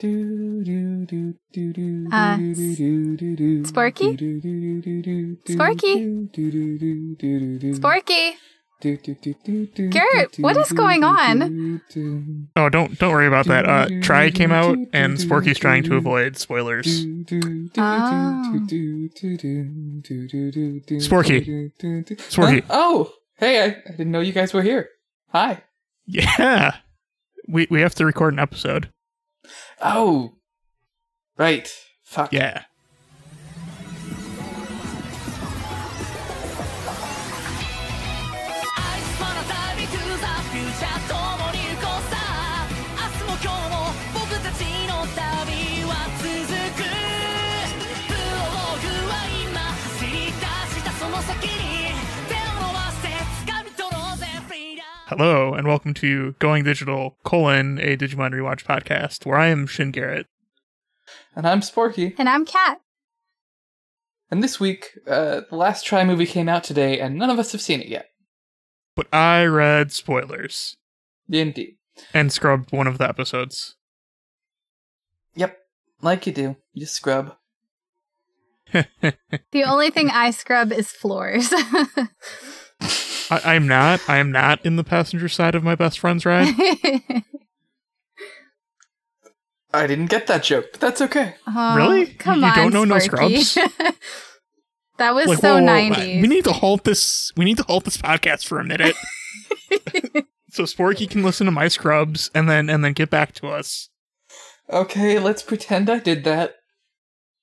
Do, do, do, do, do, Uh, do, do, do, do, do, Sporky? do, do, do, do, do, do, Sporky? do, do, do, do, do, do. Sporky! Do, do, do, do, do, Garrett, do, what do, is do, going do, on? do, do, Oh, don't don't worry about that. Uh, Try came out, and Sporky's trying to avoid spoilers. do, do, do, Oh. do, do, do, do, do, do, do, do, Sporky. do, do, do. Sporky. Huh? Oh, hey, I, I didn't know you guys were here. Hi. Yeah, we we have to record an episode. Oh, right. Fuck. Yeah. 「I just wanna dive into the future」「共に行こうさ」「明日も今日も僕たちの旅は続く」「ブローグは今走り出したその先に」「手を伸ばして掴み取ろうぜフリーダム」 Hello, and welcome to Going Digital colon a Digimon rewatch podcast, where I am Shin Garrett. And I'm Sporky. And I'm Kat. And this week, uh, the Last Try movie came out today, and none of us have seen it yet. But I read spoilers Indeed. and scrubbed one of the episodes. Yep. Like you do. You just scrub. The only thing I scrub is floors. I, I'm not. I am not in the passenger side of my best friend's ride. I didn't get that joke, but that's okay. Oh, Really? Come You on, don't know no Sporky. that was Like, so whoa, whoa, whoa, 90s. We need to halt this. We need to halt this podcast for a minute. so Sporky can listen to my scrubs and then and then get back to us. Okay, let's pretend I did that.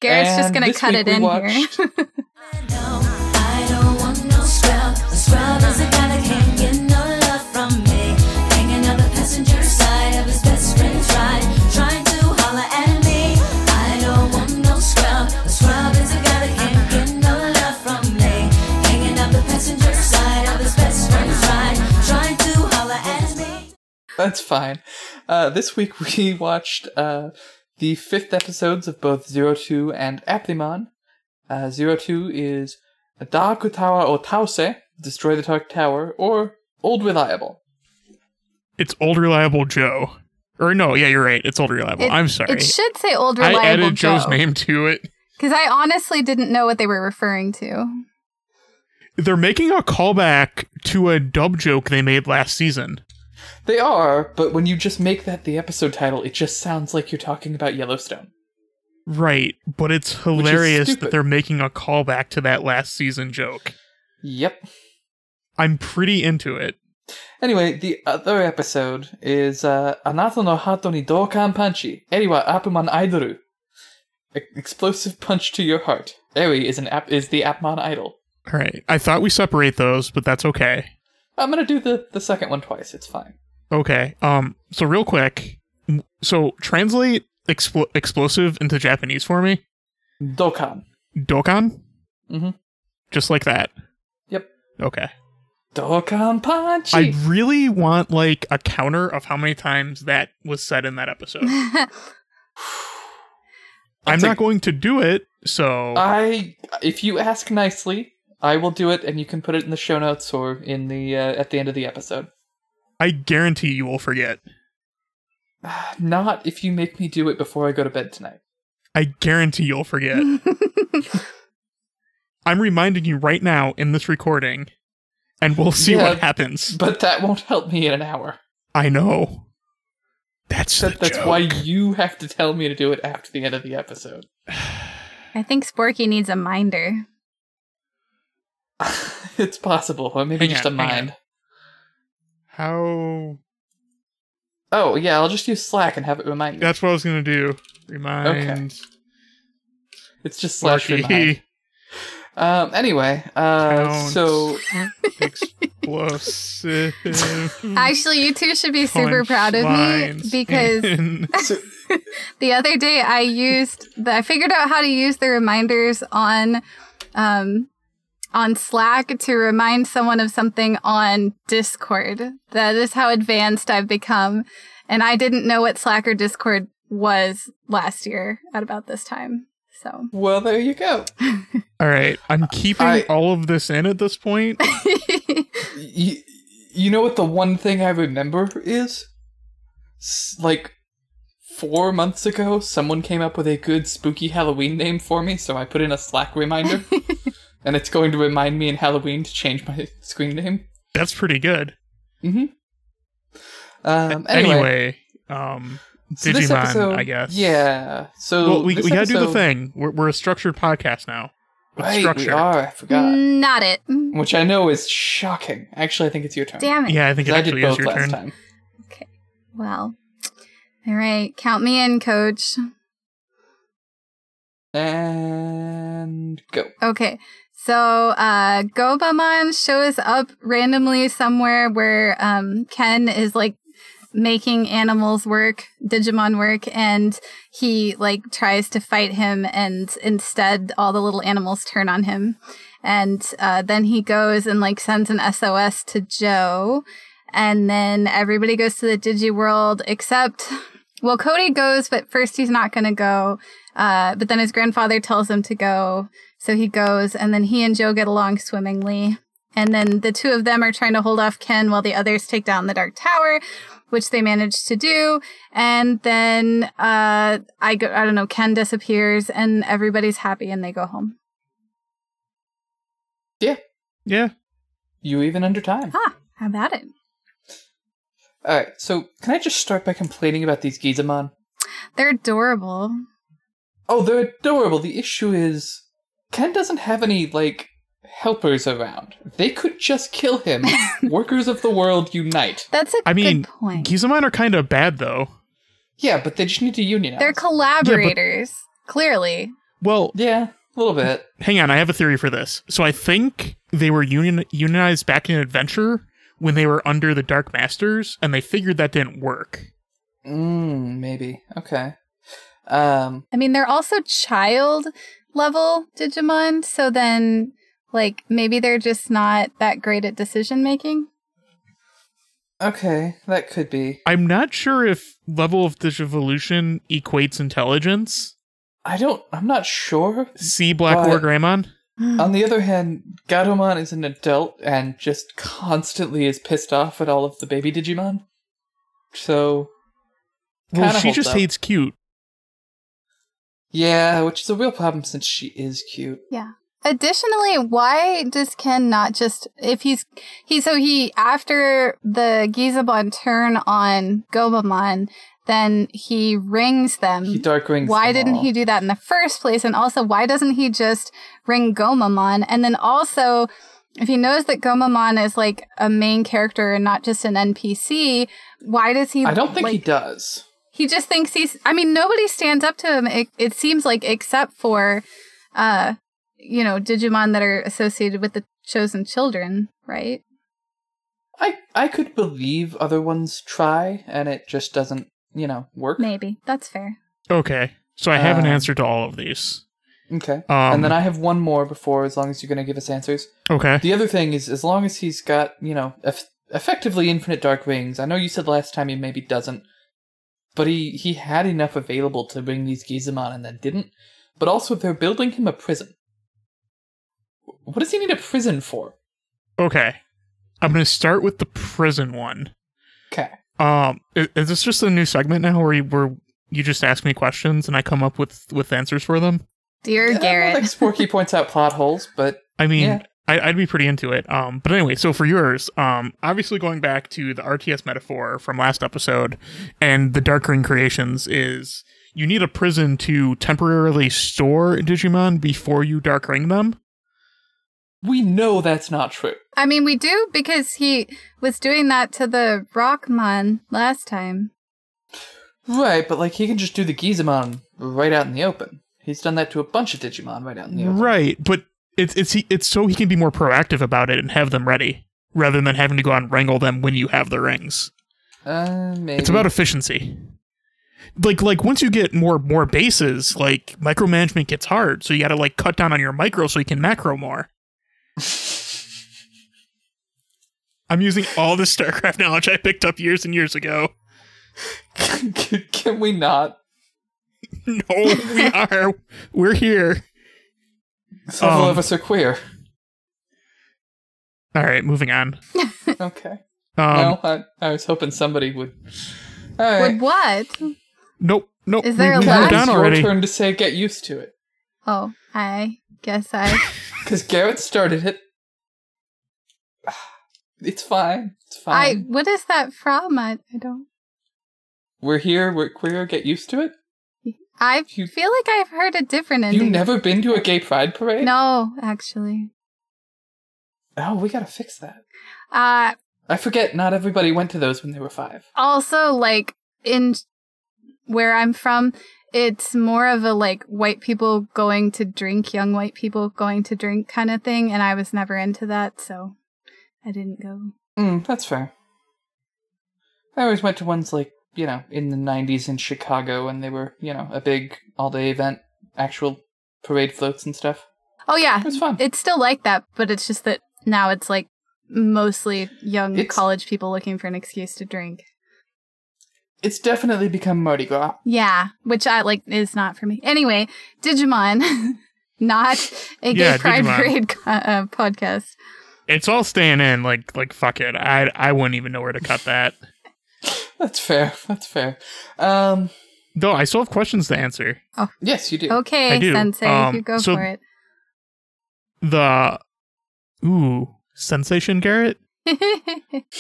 Garrett's just And gonna this cut week it we in here. watched- I don't want no scrub. A scrub is a guy that can't get no love from me. Hanging on the passenger side of his best friend's ride, trying to holler at me. I don't want no scrub. A scrub is a guy that can't get no love from me. Hanging on the passenger side of his best friend's ride, trying to holler at me. That's fine. Uh, this week we watched uh, the fifth episodes of both Zero Two and Aplimon. Uh, Zero Two is Dakutawa o Tause, Destroy the Dark Tower, or Old Reliable. It's old reliable Joe. Or no, yeah, you're right. It's old reliable. It- I'm sorry. It should say old I reliable added Joe's Joe, name to it. Because I honestly didn't know what they were referring to. They're making a callback to a dub joke they made last season. They are, but when you just make that the episode title, it just sounds like you're talking about Yellowstone. Right, but it's hilarious that stupid. they're making a callback to that last season joke. Yep. I'm pretty into it. Anyway, the other episode is uh, Anata no Hato ni Dokan Panchi, Eriwa Apumon Aidoru. E- Explosive punch to your heart. Eri is an app is the Apmon idol. All right. I thought we separate those, but that's okay. I'm gonna do the, the second one twice, it's fine. Okay. Um. So real quick. m- So translate expl- explosive into Japanese for me. Dokan. Dokan. Mhm. Just like that. Yep. Okay. Dokan I Panchi! really want like a counter of how many times that was said in that episode. I'm That's not a- Uh, going to do it. So I, if you ask nicely, I will do it and you can put it in the show notes or in the uh, at the end of the episode. I guarantee you will forget. Not if you make me do it before I go to bed tonight. I guarantee you'll forget. I'm reminding you right now in this recording, and we'll see what Yeah. happens. But that won't help me in an hour. I know. That's That, the that's joke. why you have to tell me to do it after the end of the episode. I think Sporky needs a minder. it's possible, or maybe Hang just on, a hang mind. How? Oh yeah, I'll just use Slack and have it remind me. That's what I was gonna do. Remind. it's just slash remind. Okay. Um. Anyway, uh, Count. so Explosive. Actually, you two should be super proud of me punchlines because in- the other day I used the, I figured out how to use the reminders on um on Slack to remind someone of something on Discord. That is how advanced I've become. And I didn't know what Slack or Discord was last year at about this time. So well, there you go. all right, I'm keeping I- all of this in at this point. Y- you know what the one thing I remember is? S- like four months ago, someone came up with a good spooky Halloween name for me, so I put in a Slack reminder. and it's going to remind me in Halloween to change my screen name. That's pretty good. Mm-hmm. Um, anyway, Anyway, um, so this Digimon, episode, I guess. Yeah. So well, we, this we gotta do the episode- thing. We're, we're a structured podcast now. With Right, structure. we Mm. are. I forgot. Not it. Which I know is shocking. Actually, I think it's your turn. Damn it. Yeah, I think 'Cause it I did actually is both your last turn. time. Well, all right. Count me in, coach. And go. Okay. So, uh, Gobamon shows up randomly somewhere where, um, Ken is like making animals work, Digimon work, and he like tries to fight him and instead all the little animals turn on him. And, uh, then he goes and like sends an SOS to Joe. And then everybody goes to the Digi world except, well, Cody goes, but first he's not going to go. Uh, but then his grandfather tells him to go. So he goes, and then he and Joe get along swimmingly. And then the two of them are trying to hold off Ken while the others take down the Dark Tower, which they manage to do. And then uh, I go, I don't know, Ken disappears, and everybody's happy, and they go home. Yeah. You even under time. Ah, how about it? All right. So can I just start by complaining about these Gizamon? They're adorable. Oh, they're adorable. The issue is Ken doesn't have any like helpers around. They could just kill him. Workers of the world unite. That's a I mean, good point. Gizamon are kind of bad, though. Yeah, but they just need to unionize. They're collaborators, clearly. Well, yeah, a little bit. hang on. I have a theory for this. So I think they were union- unionized back in Adventure when they were under the Dark Masters, and they figured that didn't work. Mm, maybe. Okay. Um. I mean, they're also child level Digimon, so then like maybe they're just not that great at decision making. Okay, that could be. I'm not sure if level of digivolution equates intelligence. I don't. I'm not sure. See Black But- War Greymon. On the other hand, Gatomon is an adult and just constantly is pissed off at all of the baby Digimon. So, Well, kinda she holds just up. hates cute. yeah, which is a real problem since she is cute. Additionally, why does Ken not just if he's he so he after the Gizabon turn on Gobamon, then he rings them. He dark rings. Mm-hmm. why them didn't all. he do that in the first place? And also, why doesn't he just ring Gomamon? And then also, if he knows that Gomamon is like a main character and not just an NPC, why does he? I don't think he like- does. He just thinks he's. I mean, nobody stands up to him. It, it seems like, except for, uh, you know, Digimon that are associated with the chosen children, right? I I could believe other ones try, and it just doesn't, you know, work. Maybe that's fair. Okay, so I have an Um, answer to all of these. Okay. Um, and then I have one more before, as long as you're going to give us answers. Okay, The other thing is, as long as he's got, you know, eff- effectively infinite dark rings. I know you said last time he maybe doesn't, but he he had enough available to bring these Gizamon and then didn't. But also, they're building him a prison. What does he need a prison for? okay. I'm gonna start with the prison one. Okay. Um, is, is this just a new segment now where you, where you just ask me questions and I come up with with answers for them? Dear Yeah, I Garrett, don't think Sporky points out plot holes, but I mean, Yeah. I, I'd be pretty into it. Um, but anyway, so for yours, um, obviously going back to the RTS metaphor from last episode and the Dark Ring creations is you need a prison to temporarily store Digimon before you Dark Ring them. we know that's not true. I mean, we do because he was doing that to the Rockmon last time. Right, but like he can just do the Gizamon right out in the open. He's done that to a bunch of Digimon right out in the open. Right, but it's it's he- it's so he can be more proactive about it and have them ready rather than having to go out and wrangle them when you have the rings. Uh, maybe. It's about efficiency. Like like once you get more more bases, like micromanagement gets hard, so you got to like cut down on your micro so you can macro more. I'm using all the StarCraft knowledge I picked up years and years ago. can we not? No, we are we're here. Several Um, of us are queer. All right, moving on. Okay. Um, no, I, I was hoping somebody would. All right. Would what? Nope. Nope. Is there a we, we lag? moved It's on it's your already. turn to say get used to it. Oh, I guess I. Because Garrett started it. It's fine. It's I. fine. What is that from? I, I don't. We're here. We're queer. Get used to it. I You- feel like I've heard a different Have you ending. never been to a gay pride parade? No, actually. Oh, we gotta fix that. Uh, I forget. Not everybody went to those when they were five. also like in where I'm from, it's more of a like white people going to drink, young white people going to drink kind of thing, and I was never into that, so I didn't go. Mm, that's fair. I always went to ones like you know in the '90s in Chicago, and they were you know a big all-day event, actual parade floats and stuff. Oh yeah, It was fun. it's still like that, but it's just that now it's like mostly young It's- college people looking for an excuse to drink. it's definitely become Mardi Gras. Yeah, which I like is not for me. Anyway, Digimon, not a gay Yeah, pride Digimon. parade co- uh, podcast. It's all staying in. Like like fuck it. I I wouldn't even know where to cut that. That's fair. That's fair. Um, Though I still have questions to answer. yes, you do. Okay, I do. Sensei, Um, you go so- for it. The ooh sensation, Garrett.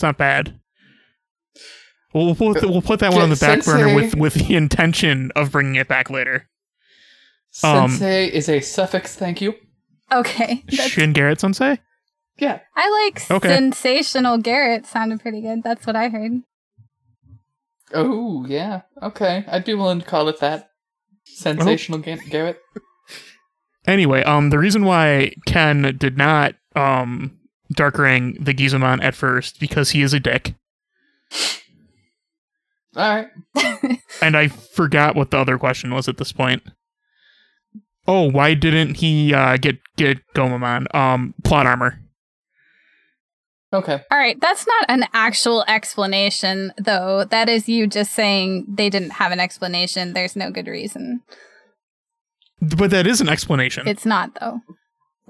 It's not bad. We'll we'll put, we'll put that one on the back burner with with the intention of bringing it back later. Um, Sensei is a suffix. Thank you. okay. That's- Shin Garrett Sensei. Yeah. I like Okay. sensational Garrett sounded pretty good. That's what I heard. Oh yeah. Okay. I'd be willing to call it that. Sensational Ga- Garrett. Anyway, um, the reason why Ken did not um dark ring the Gizamon at first because he is a dick, All right. and I forgot what the other question was at this point. Oh, why didn't he uh, get get Gomamon? Um, plot armor. Okay. All right, that's not an actual explanation though. That is you just saying they didn't have an explanation. There's no good reason. But that is an explanation. It's not though.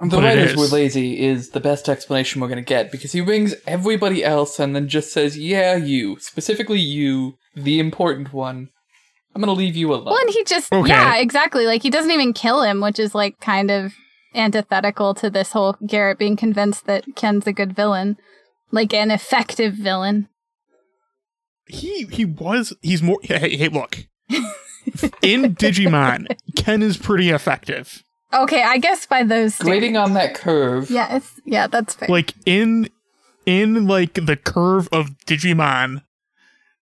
The But it writers is. were lazy is the best explanation we're gonna get because he rings everybody else and then just says, "Yeah, you specifically you, the important one. I'm gonna leave you alone." Well, and he just Okay. yeah, exactly. Like he doesn't even kill him, which is like kind of antithetical to this whole Garrett being convinced that Ken's a good villain, like an effective villain. he he was he's more hey, hey look in digimon ken is pretty effective Okay, I guess by those Grading on that curve. Yes. Yeah, that's fair. like in in like the curve of digimon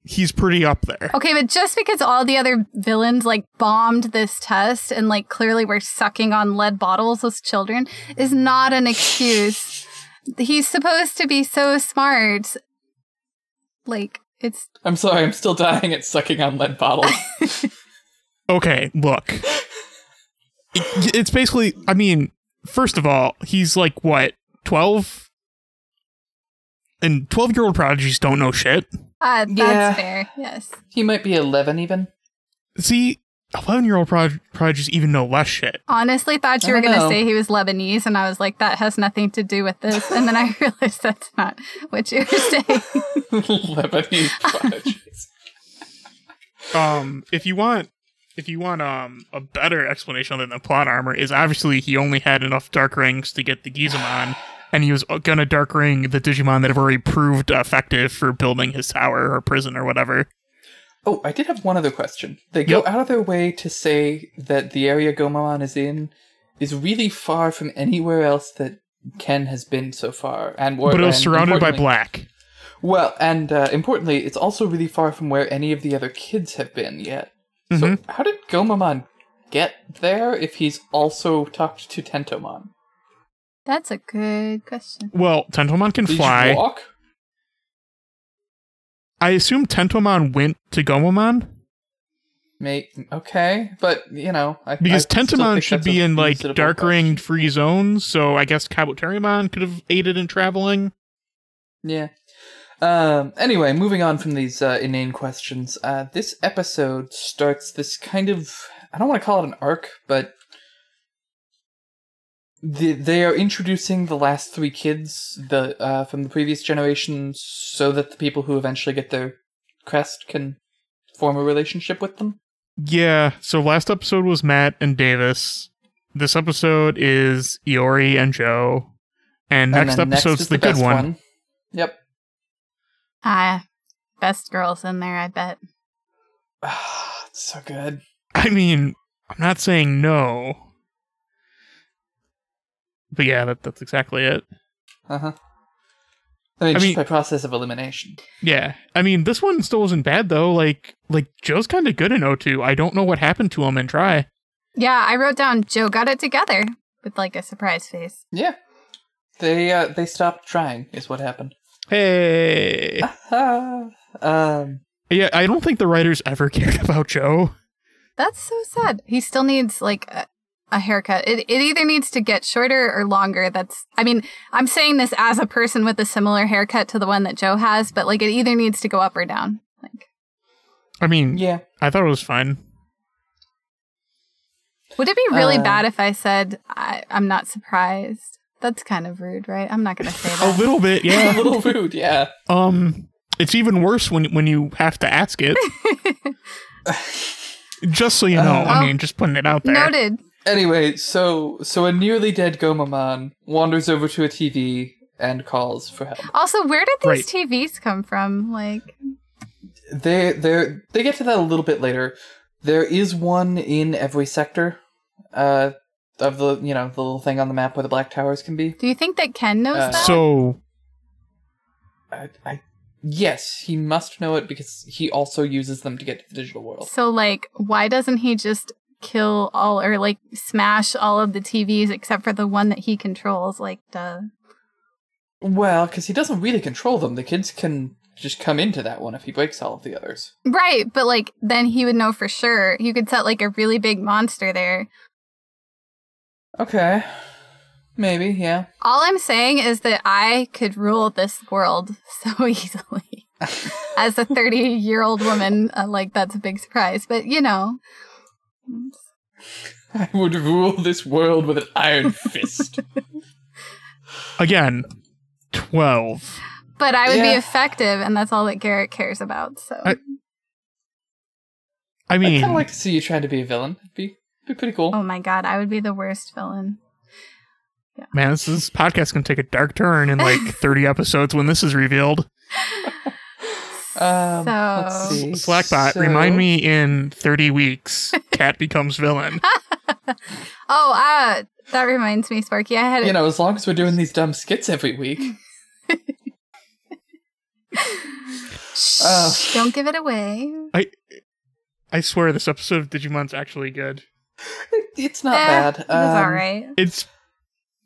he's pretty up there okay, but just because all the other villains like bombed this test and like clearly were sucking on lead bottles as children is not an excuse. He's supposed to be so smart. Like it's I'm sorry. I'm still dying at sucking on lead bottles. okay look It- it's basically i mean first of all he's like what 12 and 12 year old prodigies don't know shit uh, that's Yeah. fair. Yes. he might be 11 even. see 11 year old prod- prodigies even know less shit Honestly, thought you I were don't going to know. say he was Lebanese, and I was like, that has nothing to do with this. And then I realized that's not what you were saying. Lebanese prodigies. um if you want if you want um a better explanation other than plot armor is obviously he only had enough dark rings to get the Gizamon and he was gonna dark ring the Digimon that have already proved effective for building his tower or prison or whatever. Oh, I did have one other question. They go Yep. out of their way to say that the area Gomamon is in is really far from anywhere else that Ken has been so far, and where, but it was and surrounded by importantly- black. Well, and uh, importantly, it's also really far from where any of the other kids have been yet. So, Mm-hmm. how did Gomamon get there if he's also talked to Tentomon? that's a good question. Well, Tentomon can Did fly. you walk? I assume Tentomon went to Gomamon Mate, okay, but you know, I, because I still Tentomon think should that's a be in like reasonable dark question. ring free zones, so I guess Kabuterimon could have aided in traveling. Yeah. Um, anyway, moving on from these uh, inane questions, uh, this episode starts this kind of. I don't want to call it an arc, but. The, they are introducing the last three kids the uh, from the previous generation so that the people who eventually get their crest can form a relationship with them. Yeah. So last episode was Matt and Davis. This episode is Iori and Joe. And And next then episode's is the, good best one. Yep. Ah, best girls in there, I bet. it's so good. I mean, I'm not saying no. But yeah, that, that's exactly it. Uh huh. I mean, I just mean- by process of elimination. Yeah. I mean, this one still isn't bad though. Like like Joe's kind of good in O2. I don't know what happened to him in try. Yeah, I wrote down Joe got it together with like a surprise face. Yeah. They uh, they stopped trying is what happened. Hey. Ah, um. Yeah, I don't think the writers ever cared about Joe. That's so sad. He still needs like a, a haircut. It, it either needs to get shorter or longer. That's, I mean, I'm saying this as a person with a similar haircut to the one that Joe has, but like it either needs to go up or down. Like, I mean, Yeah. I thought it was fine. would it be really Uh. bad if I said I, I'm not surprised? That's kind of rude, right? I'm not going to say A that. little bit, a yeah. little rude. Yeah. um it's even worse when when you have to ask it. just so you know, I Oh. mean, just putting it out there. Noted. Anyway, so so a nearly dead Gomamon wanders over to a TV and calls for help. Also, where did these Right. TVs come from? Like, They they they get to that a little bit later. There is one in every sector, uh, of the you know the little thing on the map where the black towers can be. do you think that Ken knows Uh, that? So I, I yes, he must know it because he also uses them to get to the digital world. So, like, why doesn't he just kill all or like smash all of the TVs except for the one that he controls? Like, duh. Well, because he doesn't really control them. The kids can just come into that one if he breaks all of the others. Right, but like, then he would know for sure. You could set like a really big monster there. Okay, maybe yeah. All I'm saying is that I could rule this world so easily. As a 30 year old woman, uh, like, that's a big surprise. But, you know, I would rule this world with an iron fist. again, twelve. but I would Yeah. be effective, and that's all that Garrett cares about. So, I- I I mean, kind of like to see you trying to be a villain. It'd be, be pretty cool. oh my God, I would be the worst villain. man, this, this podcast can take a dark turn in like thirty episodes when this is revealed. Um, so, let's see. Slackbot, So- remind me in thirty weeks, Cat becomes villain. Oh, uh, that reminds me, Sparky. I had You know, as long as we're doing these dumb skits every week. Shh, oh. Don't give it away. I swear, this episode of Digimon's actually good. It- It's not Eh, bad. It was Um, all right. It's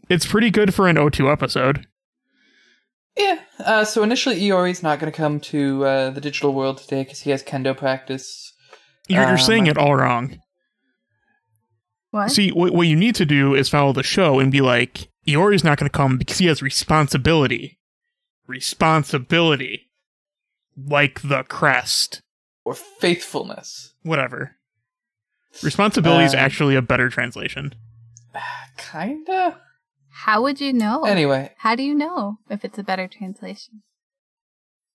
it's pretty good for an O2 episode. Yeah. Uh, so initially, Iori's not going to come to uh, the digital world today because he has kendo practice. You're, you're Um, saying it all wrong. What? See, what, what you need to do is follow the show and be like, Iori's not going to come because he has responsibility. Responsibility. Like the crest. Or faithfulness. Whatever. Responsibility is Um, actually a better translation. Kinda? How would you know? Anyway. How do you know if it's a better translation?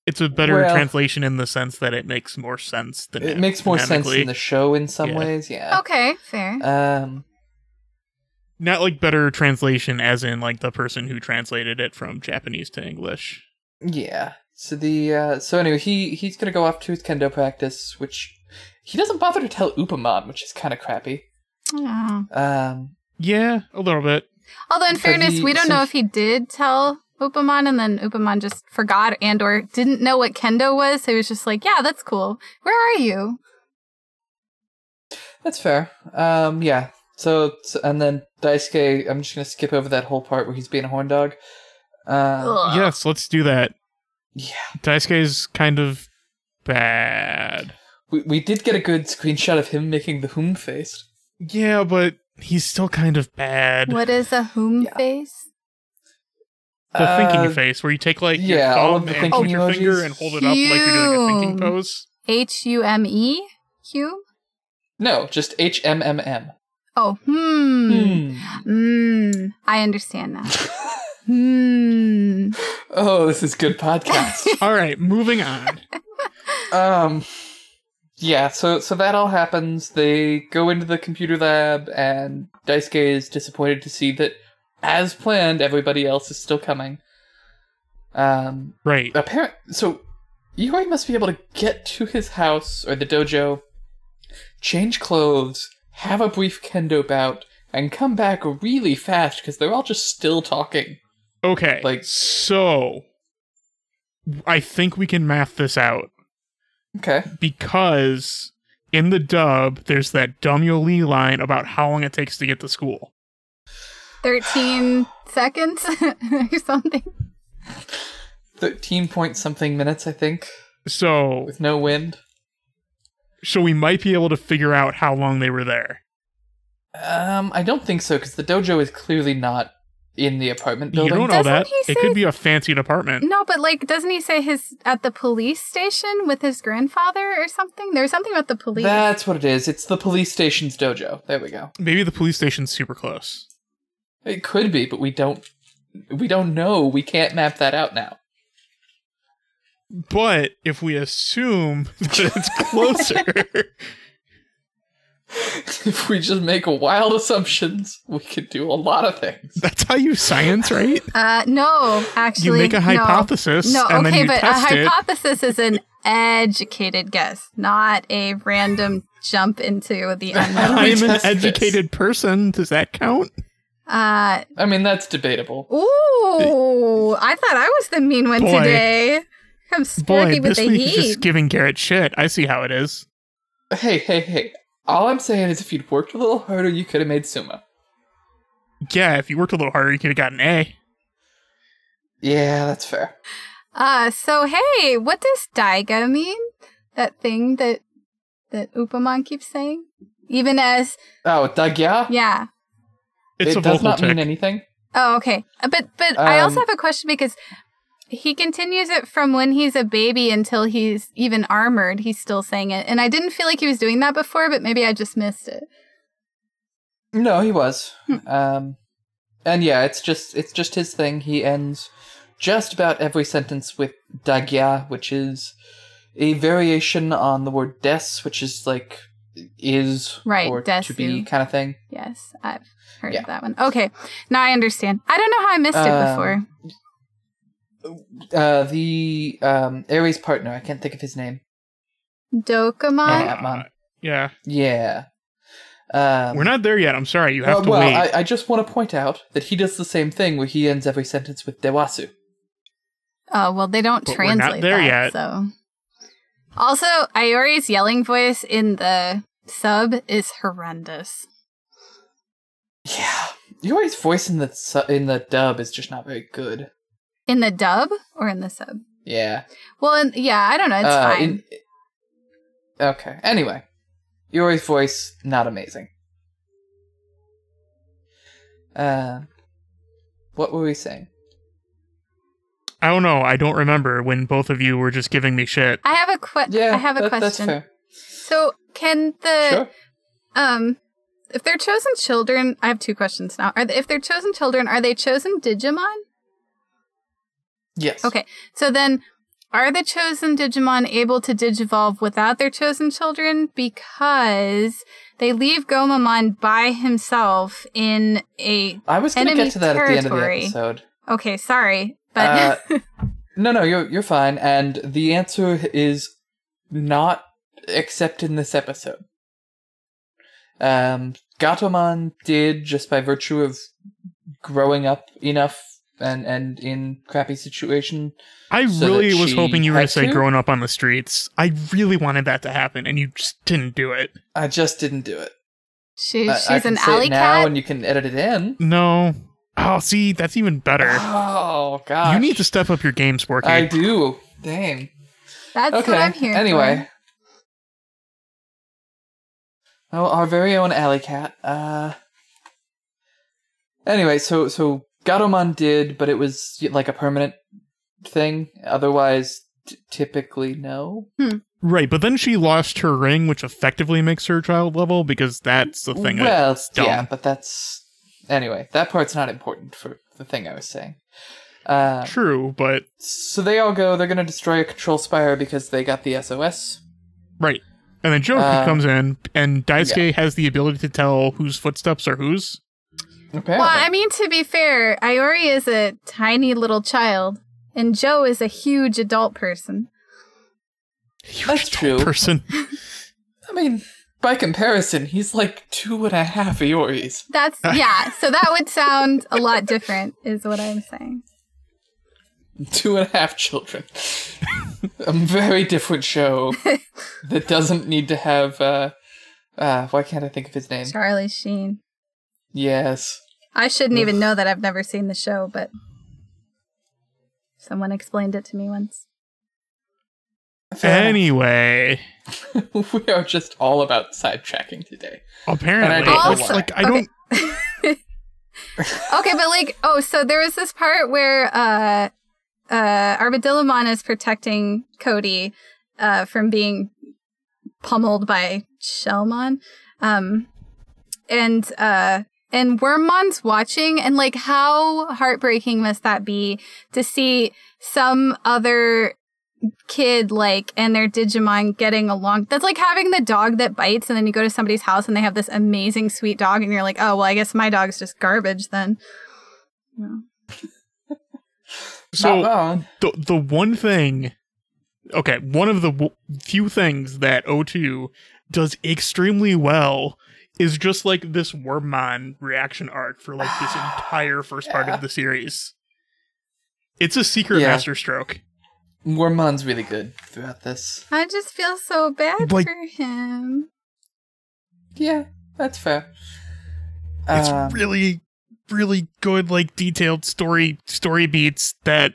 It's a better well- translation in the sense that it makes more sense than It makes more sense in phonetically. the show in some Yeah. ways, yeah. Okay, fair. Um, Not like better translation as in like the person who translated it from Japanese to English. yeah. So the uh, so anyway, he he's gonna go off to his kendo practice, which he doesn't bother to tell Upamon, which is kind of crappy. Oh. Um, Yeah, a little bit. Although, in But fairness, he- we don't so- know if he did tell Upamon, and then Upamon just forgot and or didn't know what kendo was, so he was just like, "Yeah, that's cool. Where are you?" That's fair. Um, yeah. So, so- and then Daisuke, I'm just gonna skip over that whole part where he's being a horn dog. Uh, Ugh. Yes, let's do that. yeah. Daisuke's kind of bad. We we did get a good screenshot of him making the whom face. Yeah, but he's still kind of bad. What is a whom Yeah. face? The Uh, thinking face, where you take like yeah, all your of thumb the and thinking put your emojis. finger and hold it up like you're doing a thinking Hume. pose. H U M E. Hume. No, just H M M M. Oh, hmm. Hmm. I understand now. Hmm. Oh, this is good podcast. All right, moving on. um, Yeah, so so that all happens. They go into the computer lab, and Daisuke is disappointed to see that, as planned, everybody else is still coming. Um, Right. apparent so Yuri must be able to get to his house or the dojo, change clothes, have a brief kendo bout, and come back really fast because they're all just still talking. Okay. Like- so I think we can math this out Okay. because in the dub there's that dumb yo Lee line about how long it takes to get to school. 13 seconds or something. Thirteen point something minutes, I think, So with no wind. so we might be able to figure out how long they were there. Um, I don't think so because the dojo is clearly not in the apartment You building. don't know Doesn't that. he It could say- be a fancy apartment. No, but like, doesn't he say his at the police station with his grandfather or something? There's something about the police. That's what it is. It's the police station's dojo. There we go. Mm-hmm. Maybe the police station's super close. It could be, but we don't. We don't know. We can't map that out now. But if we assume that it's closer, if we just make wild assumptions, we could do a lot of things. that's how you science, right? uh, no, actually, You make a no. hypothesis No, and then okay, you but a test it. hypothesis is an educated guess, not a random jump into the unknown. We I'm an test this. educated person. Does that count? Uh, I mean, that's debatable. ooh, I thought I was the mean one Boy. today. I'm sparky Boy, with this the week is heat. just giving Garrett shit. I see how it is. Hey, hey, hey. All I'm saying is if you'd worked a little harder, you could have made Suma. Yeah, if you worked a little harder, you could have gotten an A. Yeah, that's fair. Uh, so hey, what does Daiga mean? That thing that that Upamon keeps saying, even as Oh, Dagya? yeah. It's it a does vocal not tick. mean anything. Oh, okay. Uh, But but I also Um, have a question because he continues it from when he's a baby until he's even armored. He's still saying it, and I didn't feel like he was doing that before, but maybe I just missed it. No, he was. Um, and yeah, it's just it's just his thing. He ends just about every sentence with dagya, which is a variation on the word des, which is like is Right, or to desu. be kind of thing. Yes, I've heard Yeah. of that one. Okay, now I understand. I don't know how I missed it Um, before. Uh, the um, Ares partner, I can't think of his name. Dokamon. Yeah, Mom. yeah, Yeah. Um, we're not there yet. I'm sorry. You have well, to Uh, well, wait. I, I just want to point out that he does the same thing where he ends every sentence with dewasu. Oh well, they don't But we're not translate there that, yet. So, also, Iori's yelling voice in the sub is horrendous. Yeah. Yuri's voice in the su- in the dub is just not very good. In the dub or in the sub? Yeah. Well, in, yeah, I don't know. It's Uh, fine. in- okay. Anyway, Yuri's voice not amazing. Uh, what were we saying? I don't know. I don't remember when both of you were just giving me shit. I have a que- Yeah, I have a that- that's question. fair. So, can the Sure. um, if they're chosen children, I have two questions now. Are they, if they're chosen children, are they chosen Digimon? Yes. Okay, so then are the chosen Digimon able to digivolve without their chosen children because they leave Gomamon by himself in a I was going to Enemy get to that at the end of territory. the episode. okay, sorry, but Uh, No, no, you're you're fine. And the answer is not except in this episode. Um, Gatoman did just by virtue of growing up enough and and in crappy situation. I So really that was she hoping you were going had to say to? growing up on the streets. I really wanted that to happen, and you just didn't do it. I just didn't do it. she, I- I she's can an say it alley now, cat. and you can edit it in. No. Oh, see, that's even better. Oh God! You need to step up your game, Sporky. I do. Dang. That's okay. what I'm here. Anyway. Oh, our very own alley cat. Uh. Anyway, so so Gatomon did, but it was like a permanent thing. Otherwise, t- typically no. Right, but then she lost her ring, which effectively makes her child level because that's the thing. I- Well, dumb. yeah, but that's anyway. That part's not important for the thing I was saying. Uh, True, but so they all go. They're gonna destroy a control spire because they got the SOS. right. And then Joker Uh, comes in, and Daisuke has the ability to tell whose footsteps are whose. Apparently. Well, I mean, to be fair, Iori is a tiny little child, and Joe is a huge adult person. That's true. Person. I mean, by comparison, he's like two and a half Ioris. That's, yeah, so that would sound a lot different, is what I'm saying. Two and a half children. a very different show that doesn't need to have. Uh, uh, why can't I think of his name? Charlie Sheen. Yes. I shouldn't even know that I've never seen the show, but someone explained it to me once. Anyway, we are just all about sidetracking today. apparently, don't like, know why. like, I Okay. don't. Okay, but like, oh, so there was this part where uh, uh, Armadillomon is protecting Cody uh, from being pummeled by Shellmon, um, and uh, and Wormmon's watching, and like, how heartbreaking must that be to see some other kid like and their digimon getting along that's like having the dog that bites and then you go to somebody's house and they have this amazing sweet dog and you're like oh well i guess my dog's just garbage then So Not wrong. the the one thing okay one of the w- few things that o2 does extremely well is just like this wormmon reaction arc for like this entire first part of the series it's a secret Yeah. masterstroke Wormon's really good throughout this. I just feel so bad Like- for him. Yeah, that's fair. it's Um, really really good like detailed story story beats that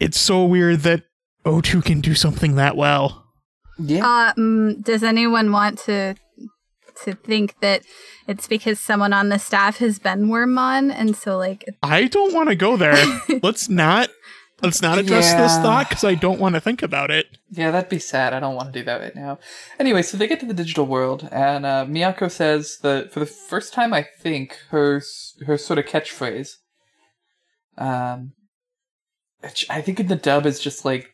it's so weird that o2 can do something that well yeah. Uh, mm, does anyone want to to think that it's because someone on the staff has been Wormmon, and so like I don't want to go there. let's not let's not address this Yeah. thought because I don't want to think about it. Yeah, that'd be sad. I don't want to do that right now. Anyway, so they get to the digital world, and uh, Miyako says that for the first time, I think her s- her sort of catchphrase, um, which I think in the dub is just like,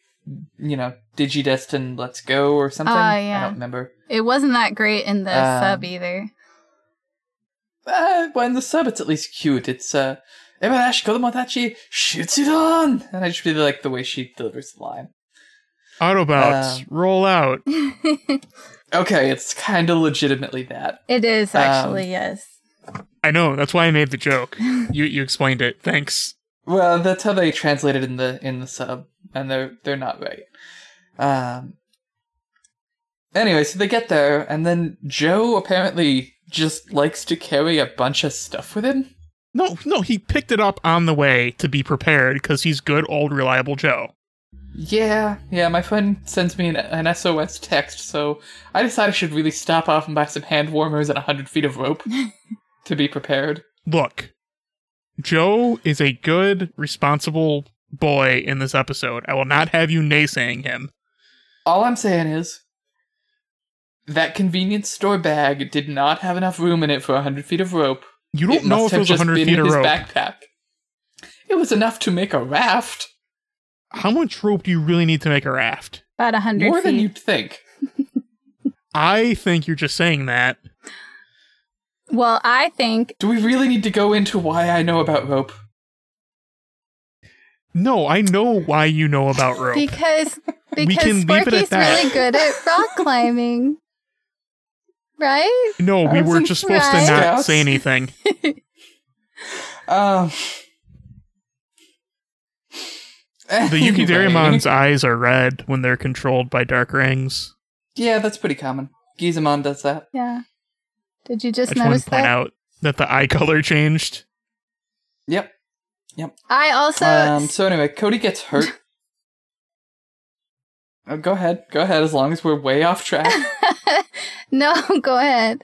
you know, Digidestin, let's go or something. Ah, yeah. I don't remember. it wasn't that great in the Um, sub either. Uh, well, in the sub, it's at least cute. It's uh, Emanash Kodomotachi shoots it on, and I just really like the way she delivers the line. Autobots, Um, roll out. Okay, it's kind of legitimately that. It is um, actually yes. I know, that's why I made the joke. You you explained it. Thanks. Well, that's how they translate it in the in the sub, and they're they're not right. Um. Anyway, so they get there, and then Joe apparently just likes to carry a bunch of stuff with him. No, no, he picked it up on the way to be prepared because he's good old reliable Joe. Yeah, yeah. My friend sends me an, an SOS text, so I decide I should really stop off and buy some hand warmers and hundred feet of rope to be prepared. Look, Joe is a good, responsible boy in this episode. I will not have you naysaying him. All I'm saying is that convenience store bag did not have enough room in it for hundred feet of rope. You don't it know must if it have was just 100 been feet in of his rope. backpack. It was enough to make a raft, How much rope do you really need to make a raft? About a hundred more feet. than you'd think. I think you're just saying that well, I think Do we really need to go into why I know about rope? No, I know why you know about rope. because We because can leave it at Sporky's that. really good at rock climbing, right? no, we I were wasn't just supposed to surprised. not Scouts. say anything. Um. The anyway. Yukidarimon's eyes are red when they're controlled by dark rings. Yeah, that's pretty common. Gizamon does that. Yeah. Did you I just just want notice to point that? out that the eye color changed. Yep. I also um. So anyway, Cody gets hurt. oh, go ahead. Go ahead. As long as we're way off track. Um, no, go ahead.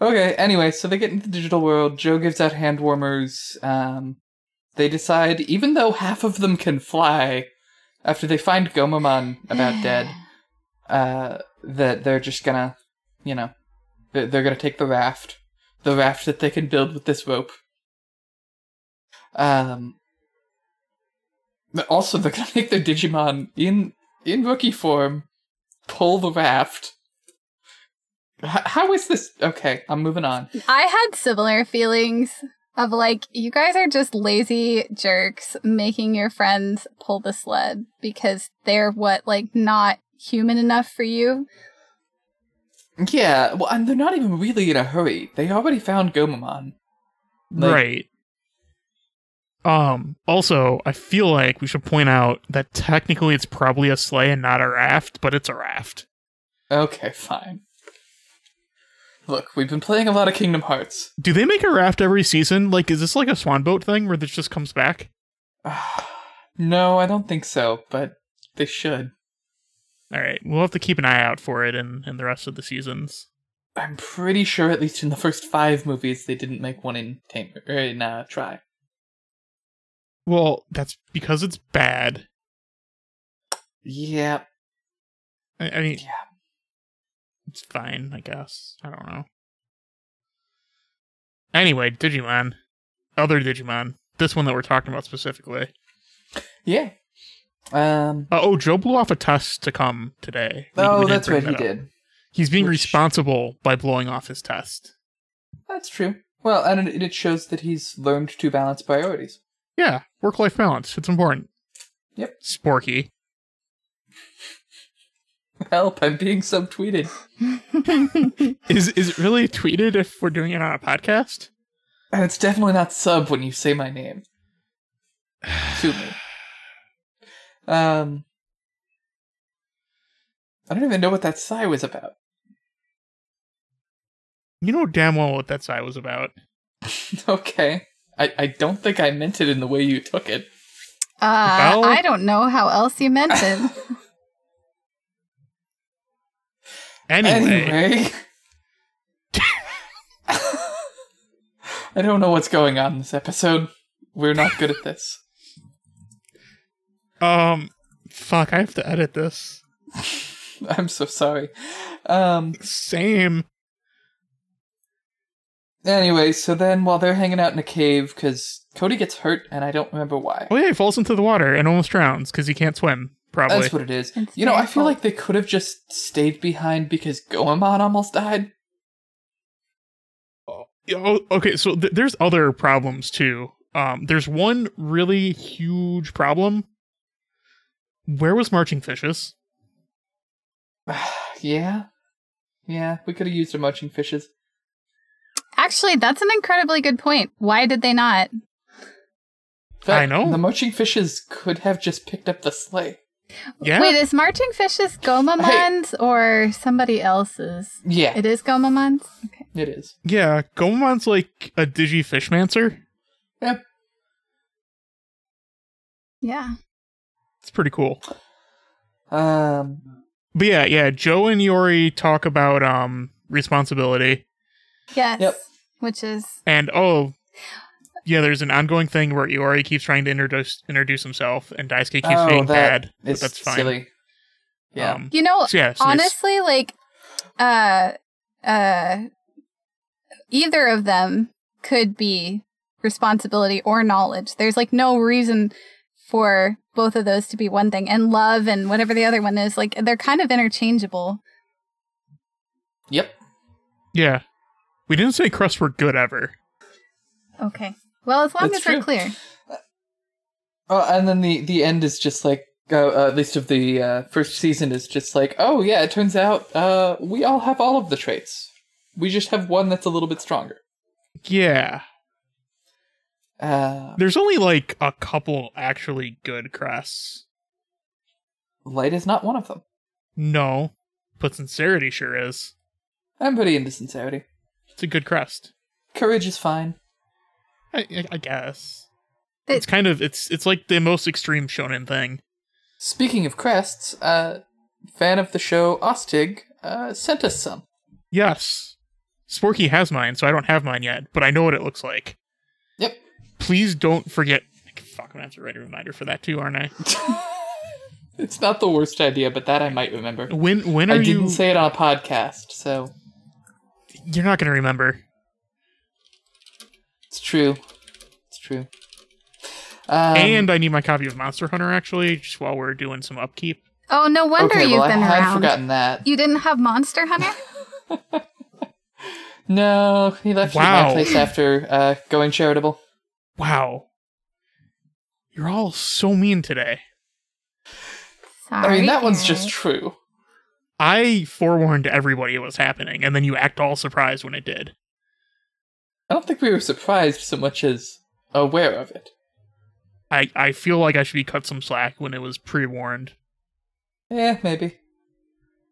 Okay, anyway, so they get into the digital world. Joe gives out hand warmers. Um, they decide, even though half of them can fly, after they find Gomamon about dead, uh, that they're just gonna, you know, they're, they're gonna take the raft. The raft that they can build with this rope. Um, but also, they're gonna make their Digimon in in rookie form, pull the raft. H- how is this? Okay, I'm moving on. I had similar feelings of like, you guys are just lazy jerks making your friends pull the sled because they're what, like, not human enough for you. Yeah, well, and they're not even really in a hurry. They already found Gomamon. Like- right. Um, also, I feel like we should point out that technically it's probably a sleigh and not a raft, but it's a raft. Okay, fine. Look, we've been playing a lot of Kingdom Hearts. Do they make a raft every season? Like, is this like a swan boat thing where this just comes back? no, I don't think so, but they should. All right, we'll have to keep an eye out for it in, in the rest of the seasons. I'm pretty sure, at least in the first five movies, they didn't make one in Tame or in uh, Try. Well, that's because it's bad. Yeah, I, I mean, Yeah. it's fine, I guess. I don't know. Anyway, Digimon, other Digimon, this one that we're talking about specifically. yeah. Um. Uh, oh, Joe blew off a test to come today. We- we Oh, didn't that's bring right. He that up. did. He's being Which- responsible by blowing off his test. That's true. Well, and it it shows that he's learned to balance priorities. Yeah, work life balance. It's important. Yep. Sporky. Help! I'm being subtweeted. Is is it really tweeted if we're doing it on a podcast? And it's definitely not sub when you say my name. to me. Um, I don't even know what that sigh was about. You know damn well what that side was about. okay. I, I don't think I meant it in the way you took it. Uh, Well- I don't know how else you meant it. Anyway, Anyway. I don't know what's going on in this episode. We're not good at this. um, fuck, I have to edit this. I'm so sorry. Um, Same. anyway, so then while they're hanging out in a cave, because Cody gets hurt and I don't remember why. Oh yeah, he falls into the water and almost drowns because he can't swim. Probably. That's what it is. It's you know, their I feel fault. like they could have just stayed behind because Goemon almost died. Oh, okay, so th- there's other problems too. Um, there's one really huge problem. Where was Marching Fishes? yeah. Yeah, we could have used our marching fishes. Actually, that's an incredibly good point. Why did they not? In fact, I know. The marching fishes could have just picked up the sleigh. Yeah, Wait, is Marching Fishes Gomamon's or somebody else's? Yeah, It is Gomamon's? Okay. it is. yeah. Gomamon's like a digi fishmancer. Yep. Yeah. It's pretty cool. Um, But yeah, yeah. Joe and Yori talk about um responsibility Yes. Yep. Which is and oh. Yeah, there's an ongoing thing where Iori keeps trying to introduce introduce himself, and Daisuke keeps Oh, being that bad, but it's that's fine. silly. Yeah. Um, you know, so yeah, so there's- honestly, like uh uh either of them could be responsibility or knowledge. There's like no reason for both of those to be one thing. And love and whatever the other one is, like they're kind of interchangeable. yep. yeah. We didn't say crusts were good ever. Okay. Well, as long That's as true. we're clear. Oh, and then the the end is just like, uh, uh, at least of the uh, first season is just like, oh yeah, it turns out uh, we all have all of the traits. We just have one that's a little bit stronger. Yeah. Uh, There's only like a couple actually good crests. light is not one of them. No, but sincerity sure is. I'm pretty into sincerity. It's a good crest. Courage is fine. I, I, I guess. It- it's kind of it's it's like the most extreme shonen thing. Speaking of crests, uh, fan of the show Ostig uh, sent us some. Yes. Sporky has mine, so I don't have mine yet, but I know what it looks like. Yep. Please don't forget. Fuck, I'm gonna have to write a reminder for that too, aren't I? It's not the worst idea, but that I might remember. When when are I didn't you? say it on a podcast, so you're not gonna remember. it's true. It's true. Um, and I need my copy of Monster Hunter actually, just while we're doing some upkeep. Oh, no wonder okay, you've well, I been had around. forgotten that. You didn't have Monster Hunter? No, he left it at my Wow. place after uh, going charitable. Wow. You're all so mean today. Sorry. I mean, that one's just Eric. true. I forewarned everybody it was happening, and then you act all surprised when it did. I don't think we were surprised so much as aware of it. I, I feel like I should be cut some slack when it was pre warned. Yeah, Eh, maybe.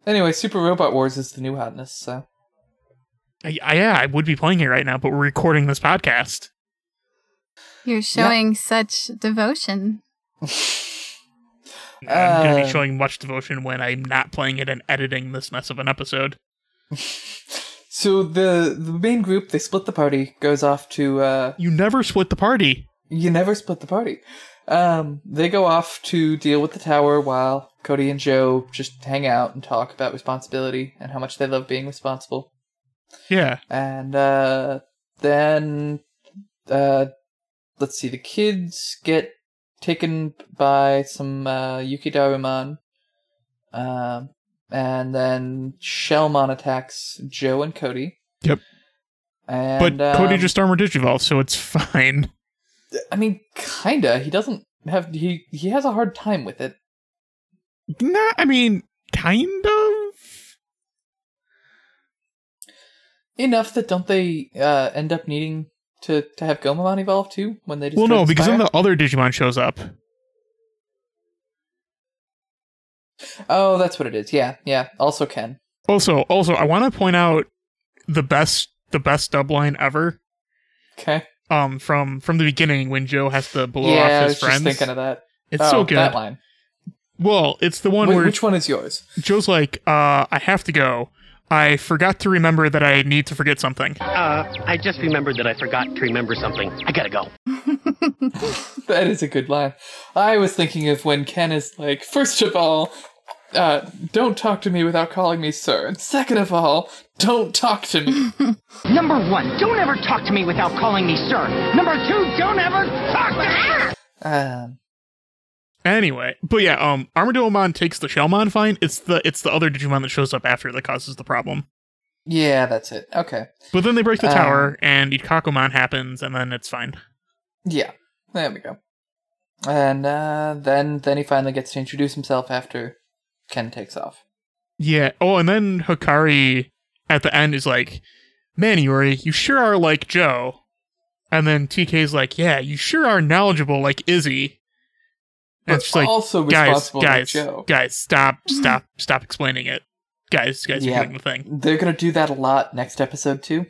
Anyway, Super Robot Wars is the new hotness, so. I, I, yeah, I would be playing it right now, but we're recording this podcast. You're showing such devotion. I'm going to Uh, be showing much devotion when I'm not playing it and editing this mess of an episode. So the the main group they split the party goes off to uh You never split the party. you never split the party. Um they go off to deal with the tower while Cody and Joe just hang out and talk about responsibility and how much they love being responsible. Yeah. And uh then uh let's see the kids get taken by some uh Yuki Daruman. Um and then Shellmon attacks Joe and Cody. Yep. And, but Cody um, just armored Digivolve, so it's fine. I mean, kinda. He doesn't have he he has a hard time with it. Nah, I mean, kind of. Enough that don't they uh end up needing to to have Gomamon evolve too when they just Well, go no, because then inspire? the other Digimon shows up. Oh, that's what it is. Yeah, yeah. Also Ken. Also, also, I want to point out the best, the best dub line ever. Okay. Um, from from the beginning when Joe has to blow yeah, I off was his friends. just thinking of that. it's oh, so good. That line. Well, it's the one Wh- where which one is yours? Joe's like, uh, "I have to go. I forgot to remember that I need to forget something." Uh, I just remembered that I forgot to remember something. I gotta go. That is a good line. I was thinking of when Ken is like, first of all, uh, don't talk to me without calling me sir, and second of all, don't talk to me. Number one, don't ever talk to me without calling me sir. Number two, don't ever talk to me. um, Anyway, but yeah, um, Armadillomon takes the Shellmon fine. It's the it's the other Digimon that shows up after that causes the problem. yeah, that's it. Okay. But then they break the Um, tower, and Ikakomon happens, and then it's fine. Yeah, there we go. And uh, then then he finally gets to introduce himself after Ken takes off. Yeah. Oh, and then Hikari at the end is like, "Man, Yuri, you sure are like Joe." And then TK's like, "Yeah, you sure are knowledgeable like Izzy." And But it's just like, also guys, responsible to guys, Joe. guys, stop, stop, stop explaining it. Guys, guys, Yeah. you're doing the thing. They're gonna do that a lot next episode too.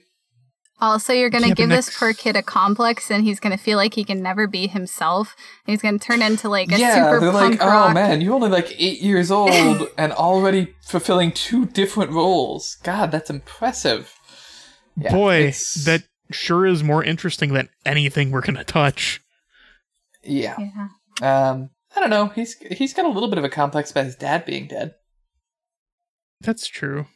Also, you're going to Yeah, but give this next- poor kid a complex and he's going to feel like he can never be himself. He's going to turn into like a yeah, super they're punk like, rock. oh man, you're only like eight years old and already fulfilling two different roles. God, that's impressive. Yeah, Boy, it's- that sure is more interesting than anything we're gonna touch. yeah. Yeah. Um, I don't know. He's he's got a little bit of a complex about his dad being dead. That's true.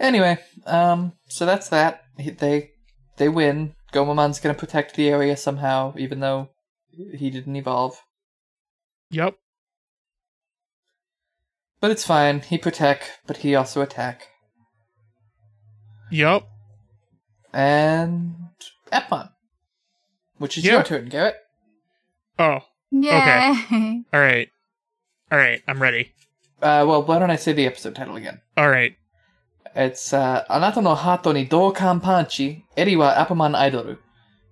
Anyway, um, so that's that. He- They they win. Gomamon's gonna protect the area somehow, even though he didn't evolve. Yep. But it's fine. He protect, but he also attack. Yep. And Epmon, which is Yeah. your turn, Garrett. Oh. Yay. All right. All right. I'm ready. Uh, well, why don't I say the episode title again? All right. It's uh, Anata no Hato ni Doukan Panchi, Eri wa Apman Idol.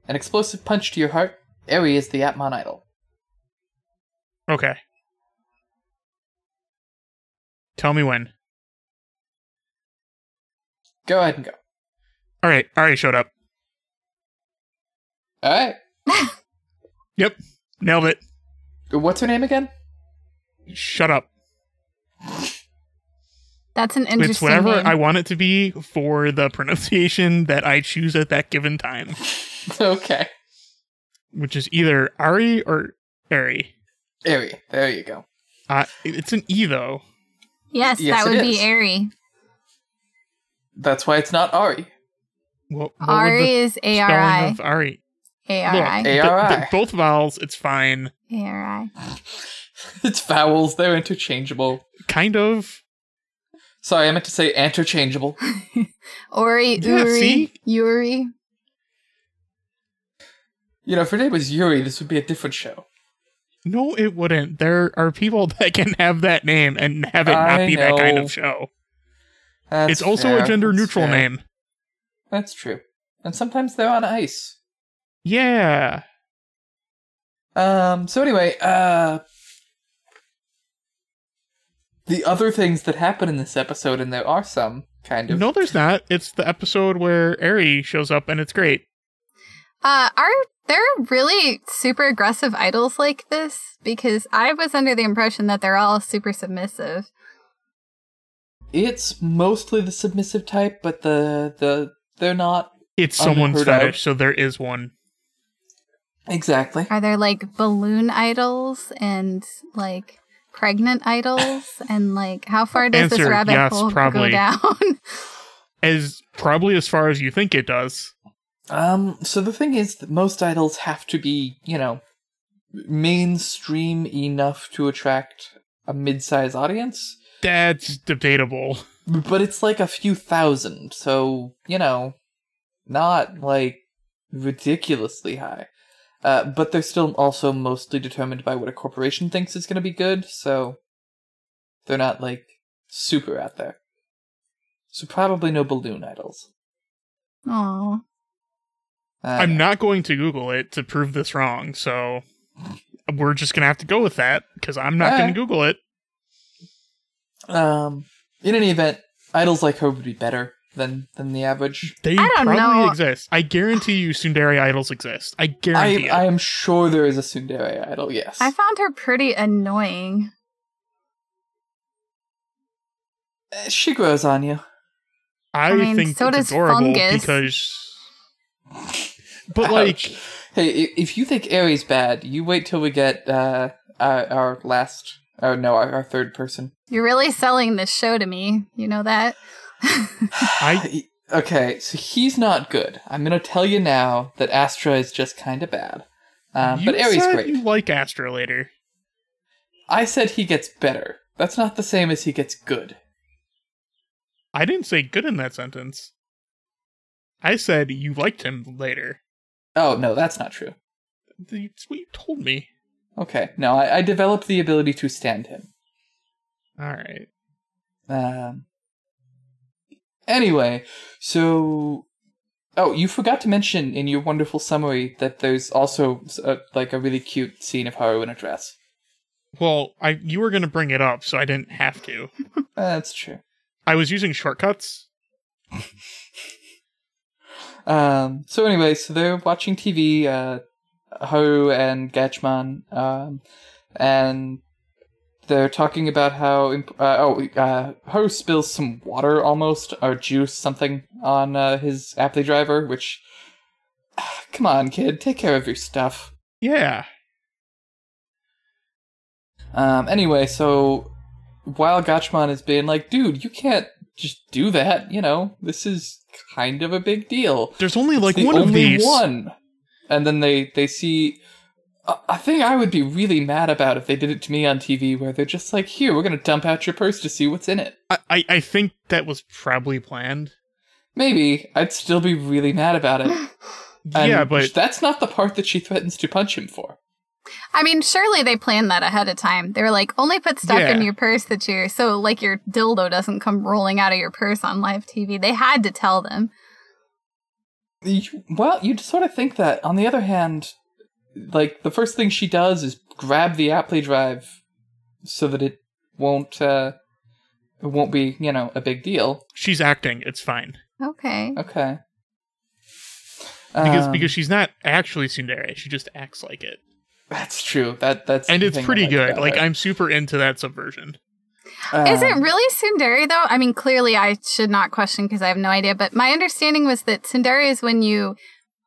An explosive punch to your heart, Eri is the Apman Idol. Okay. Tell me when. Go ahead and go. All right. All right. Showed up. Alright. Yep. Nailed it. What's her name again? Shut up. That's an interesting It's whatever name. I want it to be for the pronunciation that I choose at that given time, okay. which is either Ari or Ari. Eri. There you go. Uh, it's an E though. yes, Yes, that it would be is. Ari. That's why it's not Ari. What, what would Ari the is A R spelling I. of Ari? A-R-I. Look. ARI. They're- they're both vowels. It's fine. A-R-I. It's vowels, they're interchangeable. Kind of. Sorry, I meant to say interchangeable. Ori, Yeah, Uri, see? Yuri. You know, if her name was Yuri, this would be a different show. No, it wouldn't. There are people that can have that name and have it not I be that kind know. of show. That's it's also fair, a gender that's neutral fair. name. That's true. And sometimes they're on ice. Yeah. Um, so anyway, uh, the other things that happen in this episode, and there are some, kind of. No, there's not. It's the episode where Ari shows up and it's great. Uh, are there really super aggressive idols like this? Because I was under the impression that they're all super submissive. It's mostly the submissive type, but the, the, they're not. It's someone's Unheard of. fetish, so there is one. Exactly. Are there like balloon idols and like pregnant idols and like how far does this Answer, rabbit yes, hole probably. go down? As probably as far as you think it does. Um, so the thing is that most idols have to be, you know, mainstream enough to attract a mid-size audience, That's debatable. but it's like a few thousand, so, you know, not like ridiculously high. Uh, but they're still also mostly determined by what a corporation thinks is going to be good, so they're not like super out there. So probably no balloon idols. Oh, Uh, I'm not going to Google it to prove this wrong, so we're just gonna have to go with that because I'm not gonna Alright. Google it. Um, in any event, idols like her would be better than than the average. They I don't probably know. exist. I guarantee you, Sundari idols exist. I I guarantee I it. am sure there is a Sundari idol. Yes, I found her pretty annoying. Uh, she grows on you. I, I mean, think so it's does adorable fungus. because. But like, Ouch. Hey, i- if you think Aries bad, you wait till we get uh our, our last. Oh no, our, our third person. You're really selling this show to me. You know that? I Okay, so he's not good. I'm gonna tell you now that Astra is just kind of bad. Um, you but Aries said great. you like Astra later. I said he gets better. That's not the same as he gets good. I didn't say good in that sentence. I said you liked him later. Oh no, that's not true. That's what you told me. Okay, no, I, I developed the ability to stand him. All right. Um. Anyway, so oh, you forgot to mention in your wonderful summary that there's also uh like a really cute scene of Haru in a dress. Well, I you were gonna bring it up, so I didn't have to. That's true. I was using shortcuts. Um. So anyway, so they're watching TV. Uh, Haru and Gatchman. Um, and they're talking about how imp- uh, oh uh, Haru spills some water almost or juice something on uh, his aptly driver, which. Come on, kid, take care of your stuff. Yeah. Um, anyway, so while Gachman is being like, dude, you can't just do that, you know, this is kind of a big deal. There's only like the one only of these. one. And then they, they see a, a thing I would be really mad about if they did it to me on TV where they're just like, here, we're going to dump out your purse to see what's in it. I, I I think that was probably planned. Maybe I'd still be really mad about it. And yeah, but that's not the part that she threatens to punch him for. I mean, surely they planned that ahead of time. They were like, only put stuff Yeah. in your purse that you're so like your dildo doesn't come rolling out of your purse on live TV. They had to tell them. You, well, you sort of think that. On the other hand, like the first thing she does is grab the Aptly drive so that it won't uh it won't be, you know, a big deal. she's acting. It's fine Okay. Okay. because Um, because she's not actually Sundari. She just acts like it, that's true. That that's and the it's thing I pretty like good. about Like her. I'm super into that subversion. Um, Is it really Sundari though? I mean, clearly I should not question because I have no idea, but my understanding was that Sundari is when you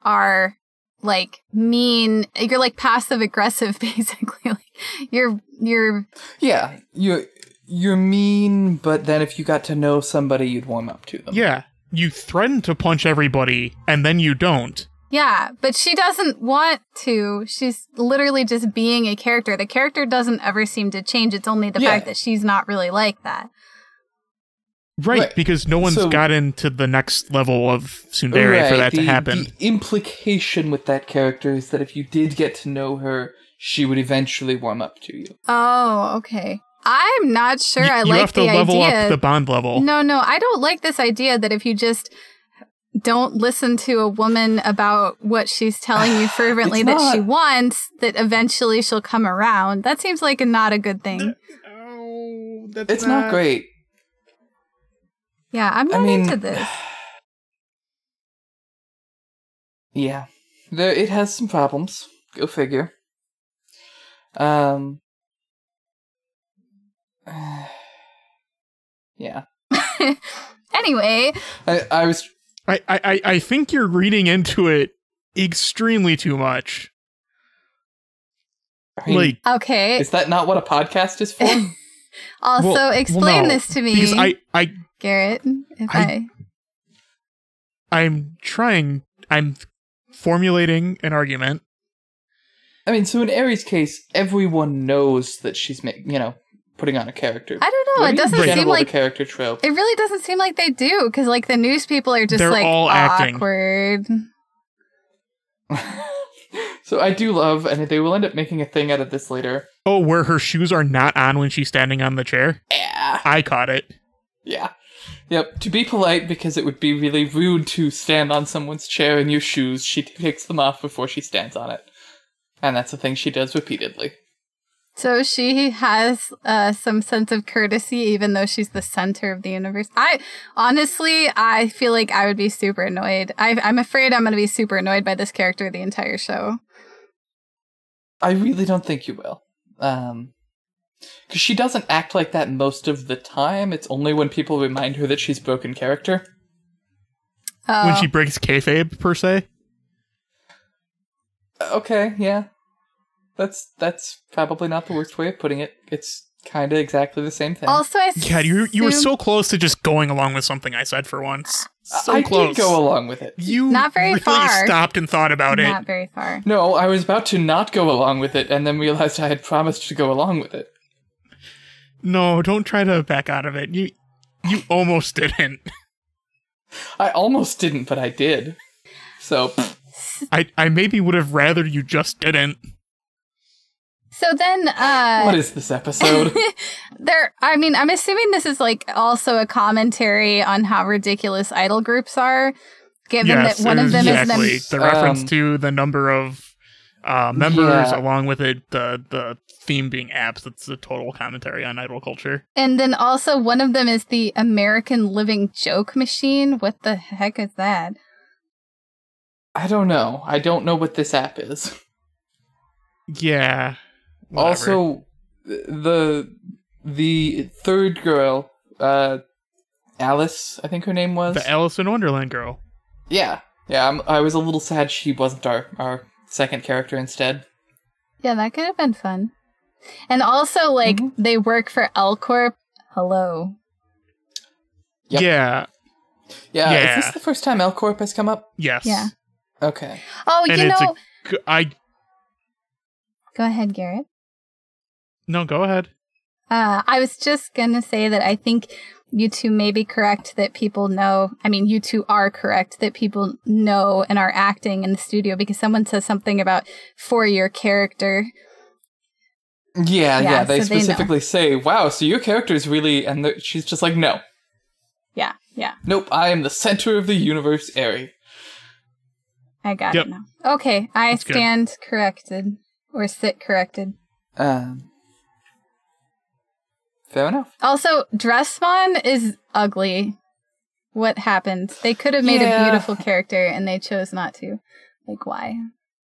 are like mean, you're like passive aggressive basically. like you're you're Yeah, you you're mean, but then if you got to know somebody, you'd warm up to them. Yeah, you threaten to punch everybody, and then you don't, Yeah, but she doesn't want to. She's literally just being a character. The character doesn't ever seem to change. It's only the Yeah. fact that she's not really like that. Right, Right. because no one's So- gotten to the next level of Sundari for that the, to happen. The implication with that character is that if you did get to know her, she would eventually warm up to you. Oh, okay. I'm not sure you I you like have to the level idea. up the bond level. No, no, I don't like this idea that if you just don't listen to a woman about what she's telling you fervently It's that not- she wants, that eventually she'll come around. That seems like a, not a good thing. Oh, that's It's not great. Yeah, I'm I not mean- into this. Yeah. There, it has some problems. Go figure. Um. Yeah. Anyway, I, I was. I, I, I- I think you're reading into it extremely too much. I mean, Like okay. is that not what a podcast is for? Also, well- well, explain no, this to me, because I, I Garrett. If I- I, I'm trying I'm formulating an argument. I mean, so in Aries' case, everyone knows that she's, ma- you know, putting on a character. I, don't know. What It do you doesn't think seem about like the character trope. it really doesn't seem like they do because like the news people are just They're like all acting. awkward. so I do love, and they will end up making a thing out of this later. Oh, where her shoes are not on when she's standing on the chair? Yeah. I caught it. Yeah. Yep. To be polite, because it would be really rude to stand on someone's chair in your shoes, she takes them off before she stands on it. And that's a thing she does repeatedly. So she has uh, some sense of courtesy, even though she's the center of the universe. I honestly, I feel like I would be super annoyed. I, I'm afraid I'm going to be super annoyed by this character the entire show. I really don't think you will. Um, because she doesn't act like that most of the time. It's only when people remind her that she's broken character. Oh, When she breaks kayfabe per se. Okay, yeah. That's that's probably not the worst way of putting it. It's kind of exactly the same thing. also, I Yeah, you you were assume- so close to just going along with something I said for once. Uh, So I close. did go along with it. you Not very really far. stopped and thought about it. not very far. No, I was about to not go along with it, and then realized I had promised to go along with it. No, don't try to back out of it. You you almost didn't. I almost didn't, but I did. So pff, I I maybe would have rather you just didn't. So then, uh, what is this episode? there i mean i'm assuming this is like also a commentary on how ridiculous idol groups are given yes, that one of them exactly. is the reference Um, to the number of uh, members, Yeah. along with it, the the theme being apps. That's a total commentary on idol culture. the and then also one of them is the american living joke machine what the heck is that I don't know. I don't know what this app is. Yeah. whatever. Also, the the third girl, uh, Alice, I think her name was. the Alice in Wonderland girl. yeah, yeah. I'm, I was a little sad she wasn't our our second character instead. yeah that could have been fun and also like Mm-hmm. they work for l corp hello Yep. Yeah. Yeah, Yeah. is this the first time L Corp has come up? Yes. Yeah. Okay. oh And you it's know a g- I go ahead garrett no. Go ahead. Uh, I was just gonna say that I think you two may be correct that people know. I mean, you two are correct that people know and are acting in the studio because someone says something about for your character. Yeah, yeah. Yeah, they so they know. specifically say, "Wow, so your character is really," and the- she's just like, "No, Yeah, yeah, nope. I am the center of the universe, Airy." I got Yep. it now. Okay, I That's good. stand corrected or sit corrected. Um. Fair enough. Also, Dressmon is ugly. What happened? They could have made Yeah. a beautiful character and they chose not to. Like, why?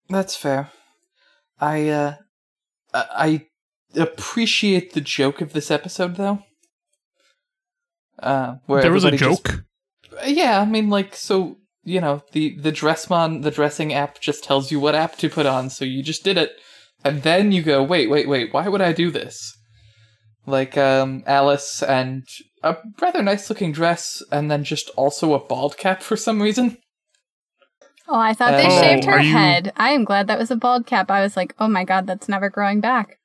That's fair. I uh I I appreciate the joke of this episode though. Uh where there was a everybody just- Uh, joke. yeah, I mean like so you know, the the dressmon the dressing app just tells you what app to put on, so you just did it. And then you go, "Wait, wait, wait. Why would I do this?" Like um Alice and a rather nice looking dress and then just also a bald cap for some reason. Oh, I thought they Uh, oh, shaved her are you- head. I am glad that was a bald cap. I was like, oh my god, that's never growing back.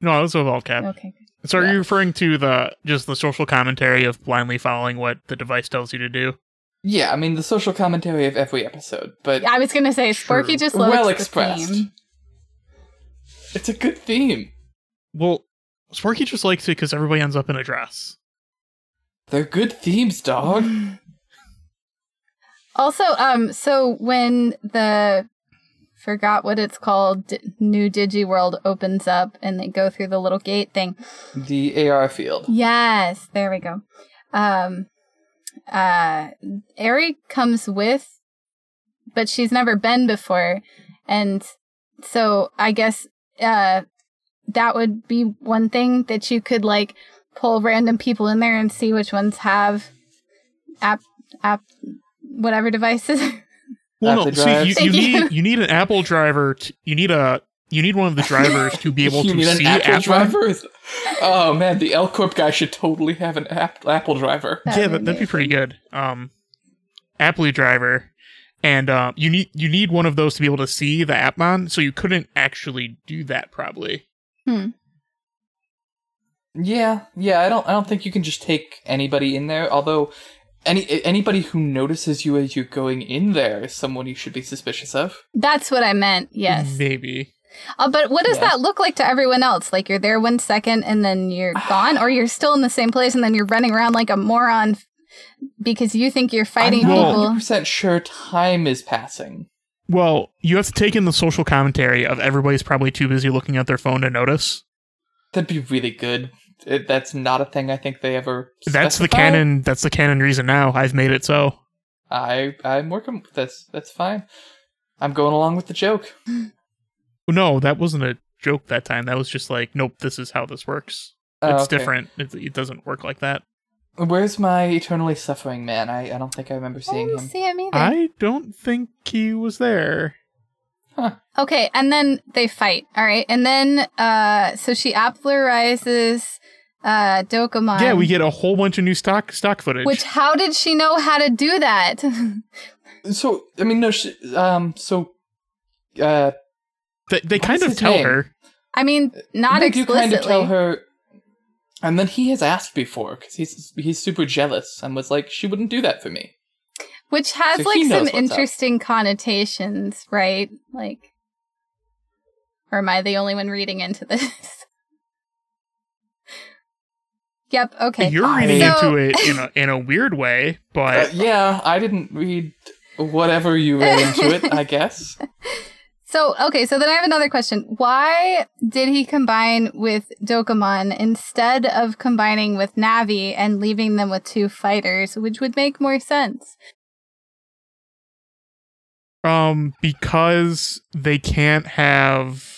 No, that's a bald cap. Okay. So are Yeah. you referring to the just the social commentary of blindly following what the device tells you to do? Yeah, I mean the social commentary of every episode, but I was gonna say Sporky Sure. just loves Well the expressed. theme. it's a good theme. Well, Sporky just likes it because everybody ends up in a dress. They're good themes, dog. Also, um, so when the forgot what it's called D- new Digi World opens up and they go through the little gate thing. the AR field. Yes, there we go. Um, uh, Ari comes with, but she's never been before, and so I guess uh, that would be one thing that you could like pull random people in there and see which ones have app app whatever devices. Well, Apple no, see, drives. you, you Thank you. need you need an Apple driver. To, you need a you need one of the drivers to be able you to need see an Apple Apple. driver? Is- Oh man, the L Corp guy should totally have an app- Apple driver. That yeah, would that, that'd be pretty good. Um, Apple driver, and uh, you need you need one of those to be able to see the appmon. So you couldn't actually do that probably. Yeah, yeah. I don't. I don't think you can just take anybody in there. Although, any anybody who notices you as you're going in there is someone you should be suspicious of. That's what I meant. Mm-hmm. Yes. maybe. Uh, but what does Yeah. that look like to everyone else? Like you're there one second and then you're gone, or you're still in the same place and then you're running around like a moron f- because you think you're fighting I'm not people. 100% sure time is passing. Well, you have to take in the social commentary of everybody's probably too busy looking at their phone to notice. That'd be really good. It, that's not a thing I think they ever. That's the specify. canon. That's the canon reason. Now I've made it so. I I'm working with this. That's fine. I'm going along with the joke. No, that wasn't a joke that time. That was just like, nope, this is how this works. Oh, it's okay. different. It, it doesn't work like that. Where's my eternally suffering man? I, I don't think I remember I seeing didn't him. see him either. I don't think he was there. Okay, and then they fight. All right, and then uh, so she applarizes uh, Dokomon. yeah, we get a whole bunch of new stock stock footage. Which how did she know how to do that? So I mean, no. Sh- um. So, uh, they they What kind is of his tell name? her. I mean, not they do explicitly. kind of tell her. And then he has asked before because he's he's super jealous and was like, she wouldn't do that for me. Which has So he like some knows what's up. interesting connotations, right? Like, or am I the only one reading into this? yep. Okay. You're I- reading Oh, So- into it in a in a weird way, Uh, but yeah, I didn't read whatever you read into it. I guess. So okay. So then I have another question. Why did he combine with Dokomon instead of combining with Navi and leaving them with two fighters, which would make more sense? um because they can't have.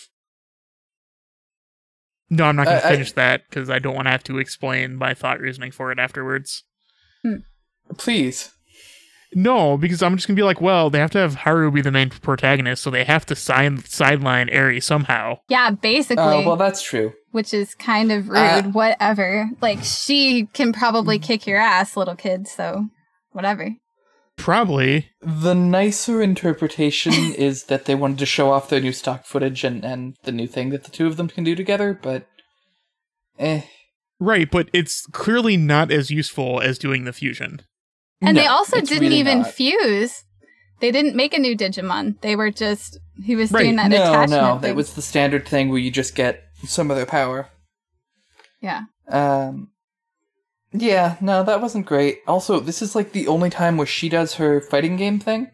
No, I'm not going to Uh, I- finish that because I don't want to have to explain my thought reasoning for it afterwards. Please. No, because I'm just gonna be like, well, they have to have Haru be the main protagonist, so they have to sign sideline Eri somehow. Yeah, basically. Oh well, that's true. which is kind of rude, Uh, Mm. whatever. Like she can probably kick your ass, little kid, so whatever. Probably. The nicer interpretation is that they wanted to show off their new stock footage and, and the new thing that the two of them can do together, but eh. Right, but it's clearly not as useful as doing the fusion. And they No, also it's didn't really even not. fuse. They didn't make a new Digimon. They were just he was doing Right. that no, attachment. no, that thing. was the standard thing where you just get some of their power. yeah. Um, yeah, no, that wasn't great. Also, this is like the only time where she does her fighting game thing.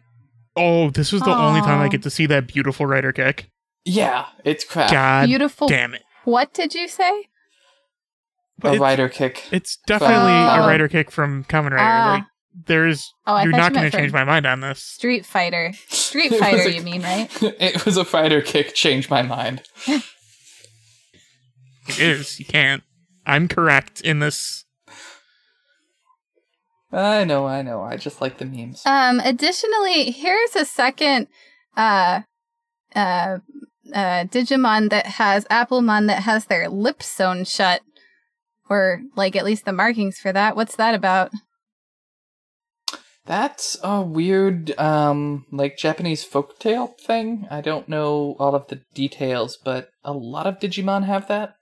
Oh, this was the only time I Aw. get to see that beautiful writer kick. Yeah, it's crap. God Beautiful. damn it. What did you say? But a it's, rider uh, kick. it's definitely Oh. a writer kick from Kamen Rider. Ah. Like there's Oh, I you're thought not you gonna meant change from- my mind on this. Street Fighter. Street It was Fighter, a- you mean, right? it was a rider kick. Changed my mind. It is. You can't. I'm correct in this I know, I know. I just like the memes. Um, additionally, here's a second uh, uh, uh, Digimon that has Applemon that has their lips sewn shut, or like at least the markings for that. What's that about? That's a weird, um, like Japanese folktale thing. I don't know all of the details, but a lot of Digimon have that,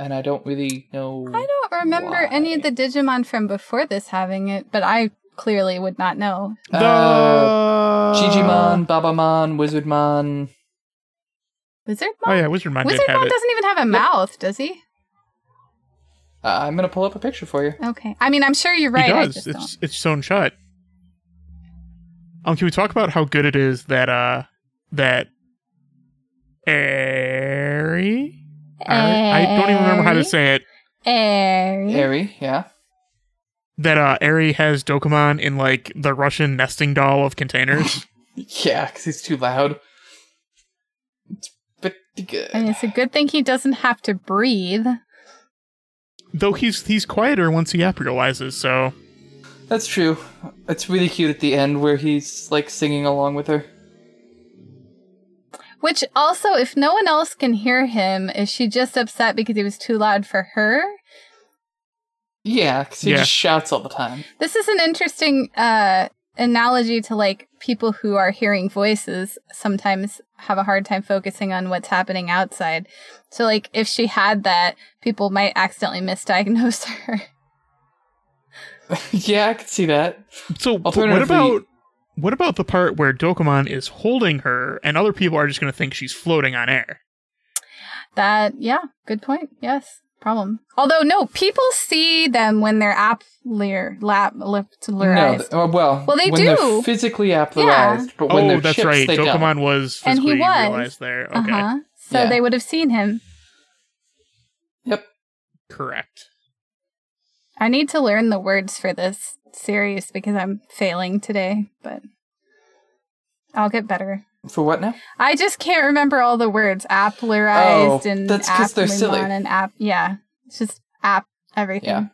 and I don't really know. I don't remember any of the Digimon from before this having it, but I clearly would not know. Uh, Gigimon, Babamon, Wizardmon. Wizardmon? Oh yeah, Wizardmon did have Wizardmon it. doesn't even have a mouth, does he? Uh, I'm gonna pull up a picture for you. Okay. I mean, I'm sure you're right. He I does. just it's don't. it's sewn shut. Um, can we talk about how good it is that uh that Ari? Ari? I don't even remember how to Ari? say it. Airy. Airy, yeah. That uh Ari has Dokomon in like the Russian nesting doll of containers. Yeah, because he's too loud. It's pretty good. I mean, it's a good thing he doesn't have to breathe. Though he's he's quieter once he aperializes, so That's true. It's really cute at the end where he's like singing along with her. Which also, if no one else can hear him, is she just upset because he was too loud for her? Yeah, because he Yeah. just shouts all the time. This is an interesting uh, analogy to like people who are hearing voices sometimes have a hard time focusing on what's happening outside. So, like, if she had that, people might accidentally misdiagnose her. yeah, I could see that. So but what Alternatively- about what about the part where Dokomon is holding her and other people are just going to think she's floating on air? That, yeah, good point. Yes, problem. Although, no, people see them when they're apler, lap, No, liptularized. th- oh, well, Well, they when do. They're physically aplerized, but when oh, they're that's chips, right. they don't. Dokomon was And he physically was. realized there. Okay, Uh-huh. So Yeah. they would have seen him. Yep. correct. I need to learn the words for this series because I'm failing today, but I'll get better. For what now? I just can't remember all the words. Applerized Oh, and that's 'cause they're applemon silly. and app. Yeah, it's just app everything. Yeah.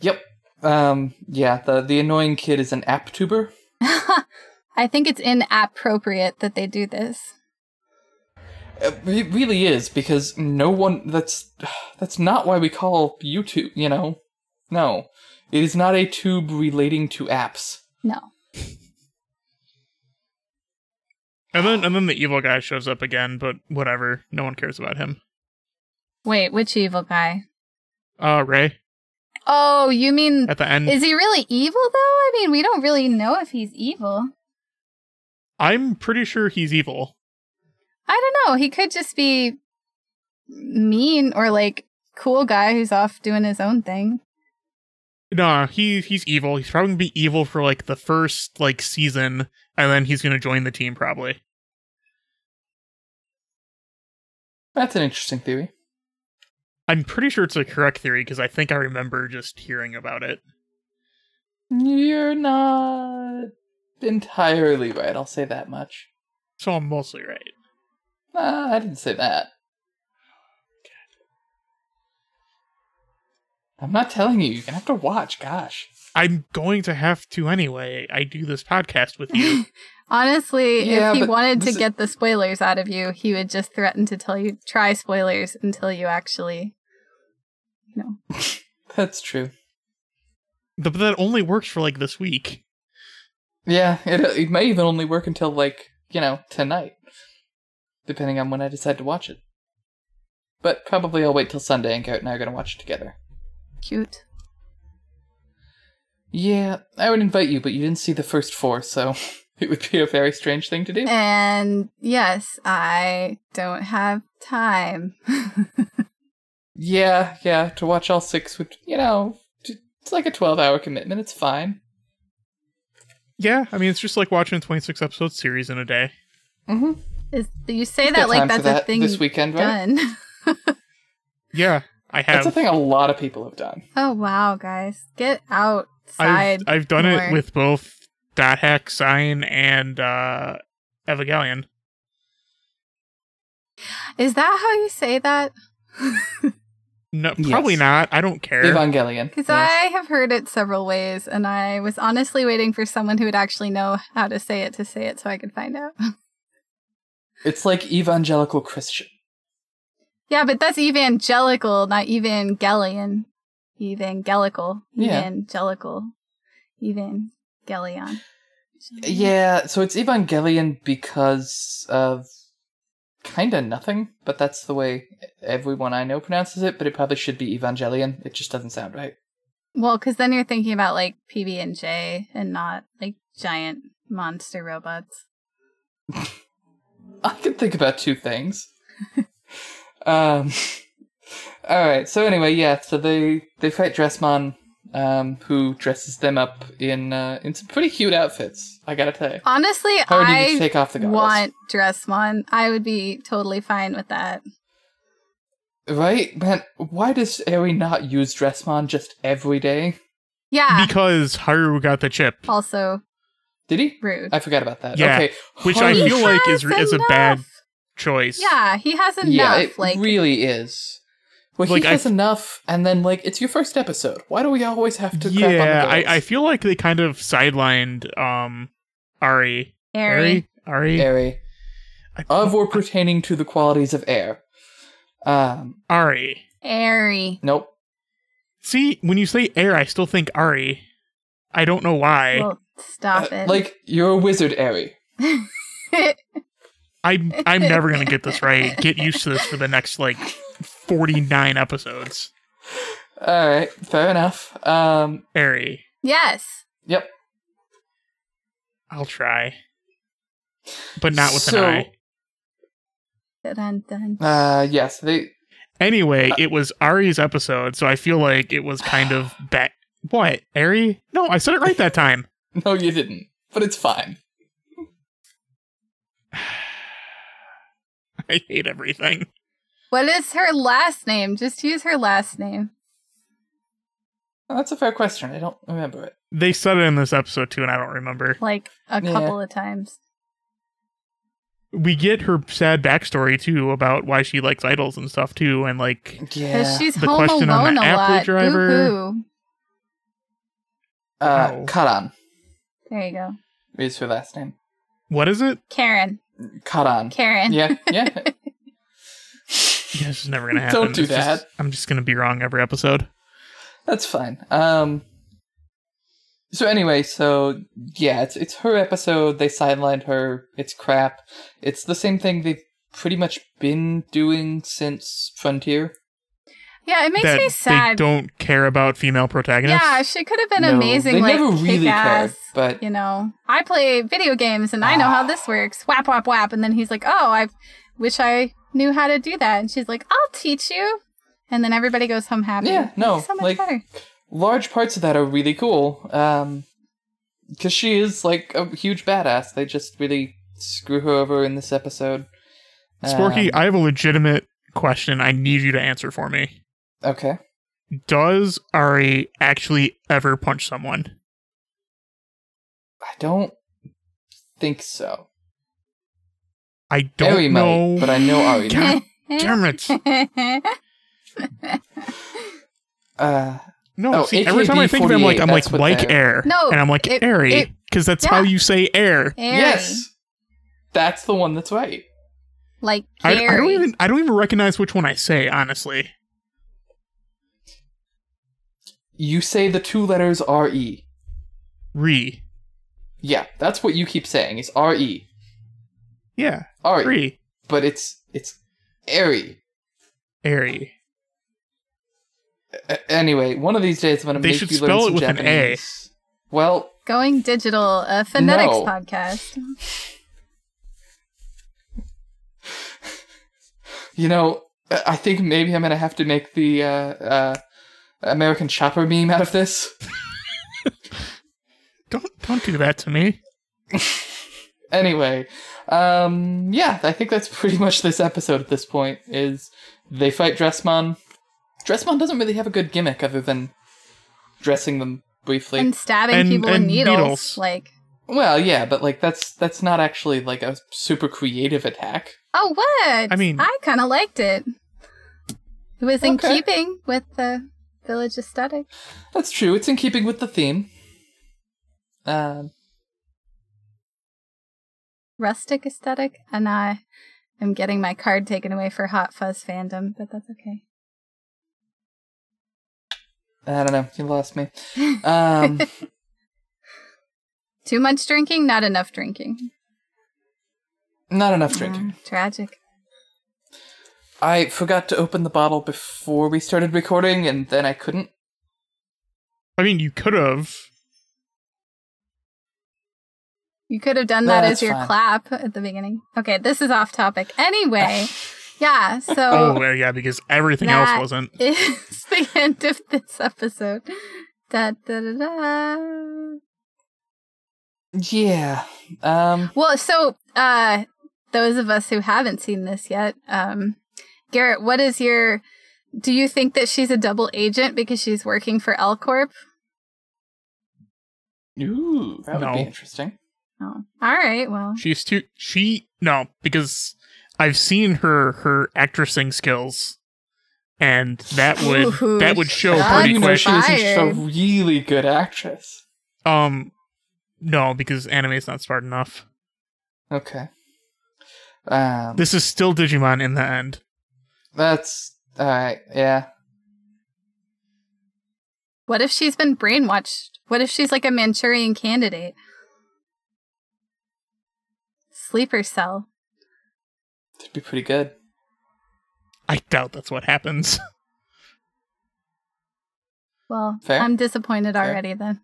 Yep. Um. Yeah. The the annoying kid is an app tuber. I think it's inappropriate that they do this. It Uh, re- really is because no one. That's that's not why we call YouTube. You know, no, it is not a tube relating to apps. No. And then and then the evil guy shows up again, but whatever. No one cares about him. Wait, which evil guy? Uh, Ray Oh, you mean at the end. is he really evil though? I mean, we don't really know if he's evil. I'm pretty sure he's evil. I don't know. He could just be mean or like cool guy who's off doing his own thing. No, he he's evil. He's probably gonna be evil for like the first like season, and then he's gonna join the team probably. That's an interesting theory. I'm pretty sure it's a correct theory because I think I remember just hearing about it. You're not entirely right. I'll say that much. So I'm mostly right. Uh, I didn't say that. I'm not telling you. You're gonna have to watch. Gosh. I'm going to have to anyway. I do this podcast with you. Honestly, Yeah, if he but wanted to this is- get the spoilers out of you, he would just threaten to tell you try spoilers until you actually you know. That's true. but that only works for like this week. Yeah, it it may even only work until like you know tonight, depending on when I decide to watch it. But probably I'll wait till Sunday, and Garrett and I are gonna watch it together. Cute. Yeah, I would invite you, but you didn't see the first four, so it would be a very strange thing to do. Eh. And yes, I don't have time. Yeah, yeah, to watch all six would you know t- it's like a twelve-hour commitment. It's fine. Yeah, I mean it's just like watching a 26 episode series in a day. Mm-hmm. Is, you say that like that's a thing this weekend, right? done. Yeah, I That's a have. thing a lot of people have done. oh wow, guys. Get outside. I've, I've done more. it with both Dot Hack Sign and uh, Evangelion. Is that how you say that? No, Yes. probably not. I don't care. Evangelion. Because yes. I have heard it several ways, and I was honestly waiting for someone who would actually know how to say it to say it so I could find out. It's like evangelical Christian. yeah, but that's evangelical, not evangelion. Evangelical. Yeah. Evangelical. Evangelion. Mm-hmm. Yeah, so it's Evangelion because of kind of nothing, but that's the way everyone I know pronounces it, but it probably should be Evangelion. It just doesn't sound right. Well, because then you're thinking about like PB and J and not like giant monster robots. I can think about two things. um, all right. So anyway, yeah. So they they fight Dressman, um, who dresses them up in uh, in some pretty cute outfits. I gotta tell you, Honestly, probably need to I take off the goggles. want Dressmon. I would be totally fine with that. Right, man. Why does Eri not use Dressman just every day? Yeah. because Haru got the chip, also Did he? rude. I forgot about that. Yeah, okay. which I Holy- feel like is Has is a bad enough. choice. Yeah, he has enough. Yeah, it like really is. Well, Like, he I- has enough, and then like it's your first episode. Why do we always have to? crap on the yeah. girls? I, I feel like they kind of sidelined um Ari. airy. Ari. Ari. Airy. I- Of or pertaining to the qualities of air. Um, Ari. Airy. nope. See, when you say air, I still think Ari. I don't know why. Well, stop Uh, it. like, you're a wizard, Airy. I'm I'm never gonna get this right. Get used to this for the next like 49 episodes. Alright, fair enough. Um, Ari. yes. yep. I'll try, but not with So- an eye. Dun, dun. Uh, yes, they. Anyway, it was Ari's episode, so I feel like it was kind of bet. What Ari? No, I said it right that time. No, you didn't. But it's fine. I hate everything. What is her last name? Just use her last name. Oh, That's a fair question. I don't remember it. They said it in this episode too, and I don't remember. Like a Yeah. couple of times. We get her sad backstory too about why she likes idols and stuff too, and like Because Yeah. she's The home question on alone the a Apple lot. driver. Boo-hoo. Uh, No. Karan There you go. is her last name. what is it? Karen. Karan. Karen. Yeah, yeah. Yeah, it's just never gonna happen. Don't do It's just- that. I'm just gonna be wrong every episode. That's fine. Um. So anyway, so yeah, it's it's her episode. They sidelined her. It's crap. It's the same thing they've pretty much been doing since Frontier. Yeah, it makes that me they sad. don't care about female protagonists. Yeah, she could have been No, amazing. They like, never really cared, kick-ass. but You know, I play video games and I know how this works. Whap, whap, whap. And then he's like, oh, I wish I knew how to do that. And she's like, I'll teach you. And then everybody goes home happy. Yeah, no, So much like- better. large parts of that are really cool. Um, because she is like a huge badass. They just really screw her over in this episode. Sporky, Um, I have a legitimate question. I need you to answer for me. okay. Does Ari actually ever punch someone? I don't think so. I don't Ari know. might, but I know oh, Ari. does. God damn it! Uh, No, Oh, see, every time I think of him, like I'm like AKB48, like that's what air, No, and I'm like it- it- airy because that's how yeah. you say air. Airy. Yes. That's the one that's right. Like I, I don't Carrie. even I don't even recognize which one I say honestly. You say the two letters RE. Re, Yeah, that's what you keep saying. It's RE. yeah, RE. re, E. But it's it's airy. airy. A- anyway, one of these days I'm going to They make should you learn spell it some with an A. Japanese. Well, Going digital, a phonetics No. podcast. you know, I I think maybe I'm going to have to make the uh, uh, American Chopper meme out of this. Don't don't do that to me. anyway, um, yeah, I think that's pretty much this episode at this point. Is they fight Dressman. Dressman doesn't really have a good gimmick other than dressing them briefly. And stabbing And- people and with needles. needles. Like, well, yeah, but like that's that's not actually like a super creative attack. oh, what? I mean- I kind of liked it. It was in Okay. keeping with the village aesthetic. That's true. It's in keeping with the theme. Um, Rustic aesthetic. And I am getting my card taken away for Hot Fuzz fandom, but that's okay. I don't know. You lost me. Um, Too much drinking, not enough drinking. Mm, Not enough drinking. Tragic. I forgot to open the bottle before we started recording, and then I couldn't. I mean, you could have. You could have done No, that that's as your fine. clap at the beginning. Okay, this is off topic. Anyway, yeah, Oh, so well, yeah, because everything that else wasn't. is the end of this episode. Da, da, da, da. Yeah. Um. Well, so uh, those of us who haven't seen this yet, um, Garrett, what is your? Do you think that she's a double agent because she's working for L Corp? Ooh, that would No. be interesting. Oh, all right. Well, She's too. She no, because I've seen her her actressing skills, and that would Ooh, that would show God, How do Oh, pretty you She's know quick. she isn't just a fired. really good actress? Um, no, because anime's not smart enough. Okay. Um. This is still Digimon in the end. That's all right. Yeah. what if she's been brainwashed? What if she's like a Manchurian candidate? Sleeper cell. That'd be pretty good. I doubt that's what happens. Well, Fair. I'm disappointed Fair. already then.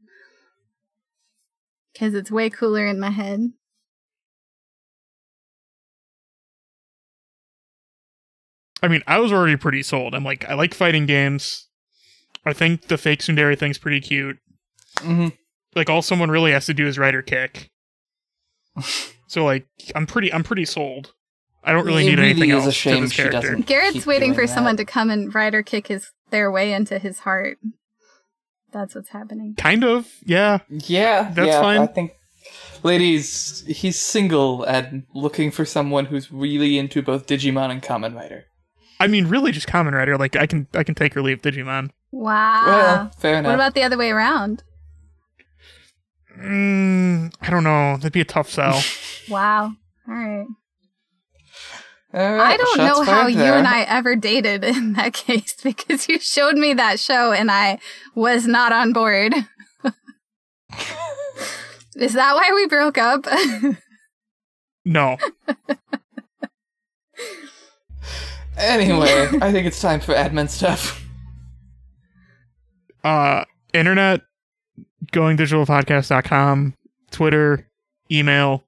Because it's way cooler in my head. I mean, I was already pretty sold. I'm like, I like fighting games. I think the fake Sundari thing's pretty cute. hmm Like, all someone really has to do is ride her kick. so, like, I'm pretty, I'm pretty sold. I don't really It need really anything is a else shame to this she character. doesn't. Garrett's Keep waiting doing for that. someone to come and rider kick his their way into his heart. That's what's happening. Kind of, yeah. Yeah. That's yeah, fine. I think. Ladies, he's single and looking for someone who's really into both Digimon and Kamen Rider. I mean, really, just Common Rider. Like, I can, I can take or leave Digimon. Wow. well, fair enough. Ah. what about the other way around? Mm, I don't know. That'd be a tough sell. Wow. All right. All right, I don't shots know how fired you there. and I ever dated in that case because you showed me that show and I was not on board. Is that why we broke up? no, Anyway, I think it's time for admin stuff. uh, internet, going digitalpodcast.com, Twitter, email,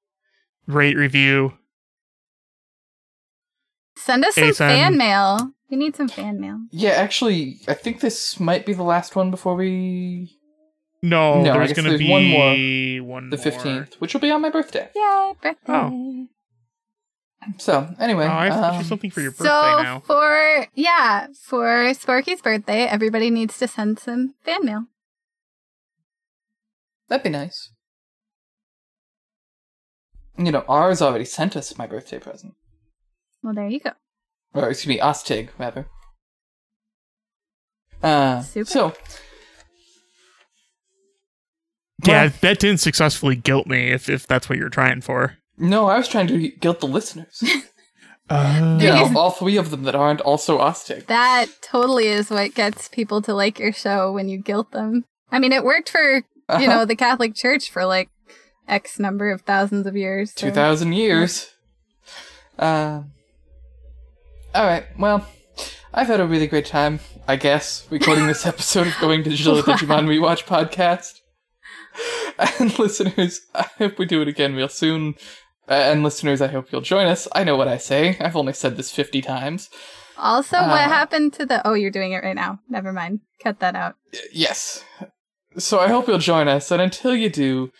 rate, review. Send us some Ethan. fan mail. We need some fan mail. Yeah, actually, I think this might be the last one before we No, No, I there's guess going to there's be one more. one the more. fifteenth, which will be on my birthday. Yay, birthday. So anyway, Oh, I have to get you um, something for your birthday so now. for yeah, for Sporky's birthday, everybody needs to send some fan mail. that'd be nice. You know, ours already sent us my birthday present, Well, there you go. or excuse me, Ostig rather. Uh, Super. so yeah, Well- that didn't successfully guilt me. If if that's what you're trying for. no, I was trying to guilt the listeners. Uh, you know, all three of them that aren't also Ostig. That totally is what gets people to like your show when you guilt them. I mean, it worked for you Uh-huh. know the Catholic Church for like X number of thousands of years. so- Two thousand years. Um. all right. Well, I've had a really great time. I guess recording this episode of Going Digital wow. Digimon Rewatch podcast. And listeners, I hope we do it again real soon. Uh, and listeners, I hope you'll join us. I know what I say. I've only said this fifty times. Also, what Uh. happened to the? Oh, you're doing it right now. Never mind. Cut that out. Yes. So I hope you'll join us, and until you do,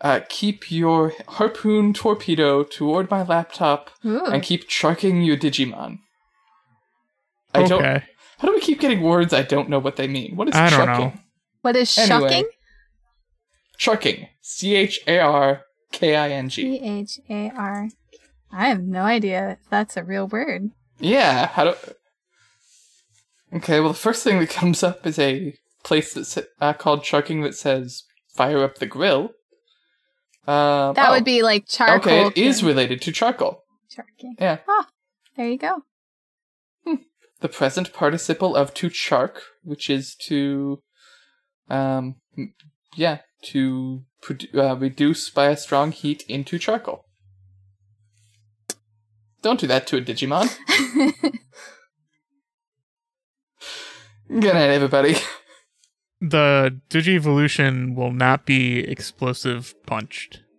uh, keep your harpoon torpedo toward my laptop Ooh. and keep charking your Digimon. I don't. okay. How do we keep getting words I don't know what they mean? What is I don't charking? know. What is Anyway. shocking? Charking. C H A R K I N G. P H A R. I have no idea if that's a real word. Yeah. How do? Okay. Well, the first thing that comes up is a place that's uh, called charking that says "fire up the grill." Um, That oh, would be like charcoal. okay. It is can- related to charcoal. charking. Yeah. There you go. the present participle of to chark, which is to um, yeah, to produ- uh, reduce by a strong heat into charcoal. Don't do that to a Digimon. Good night, everybody. The Digivolution will not be explosive punched.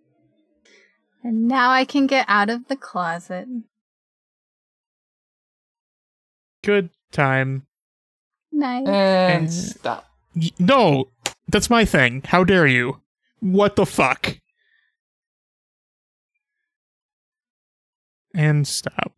And now I can get out of the closet. Good time. Nice. And And- stop. Y- No, that's my thing. How dare you? What the fuck? And stop.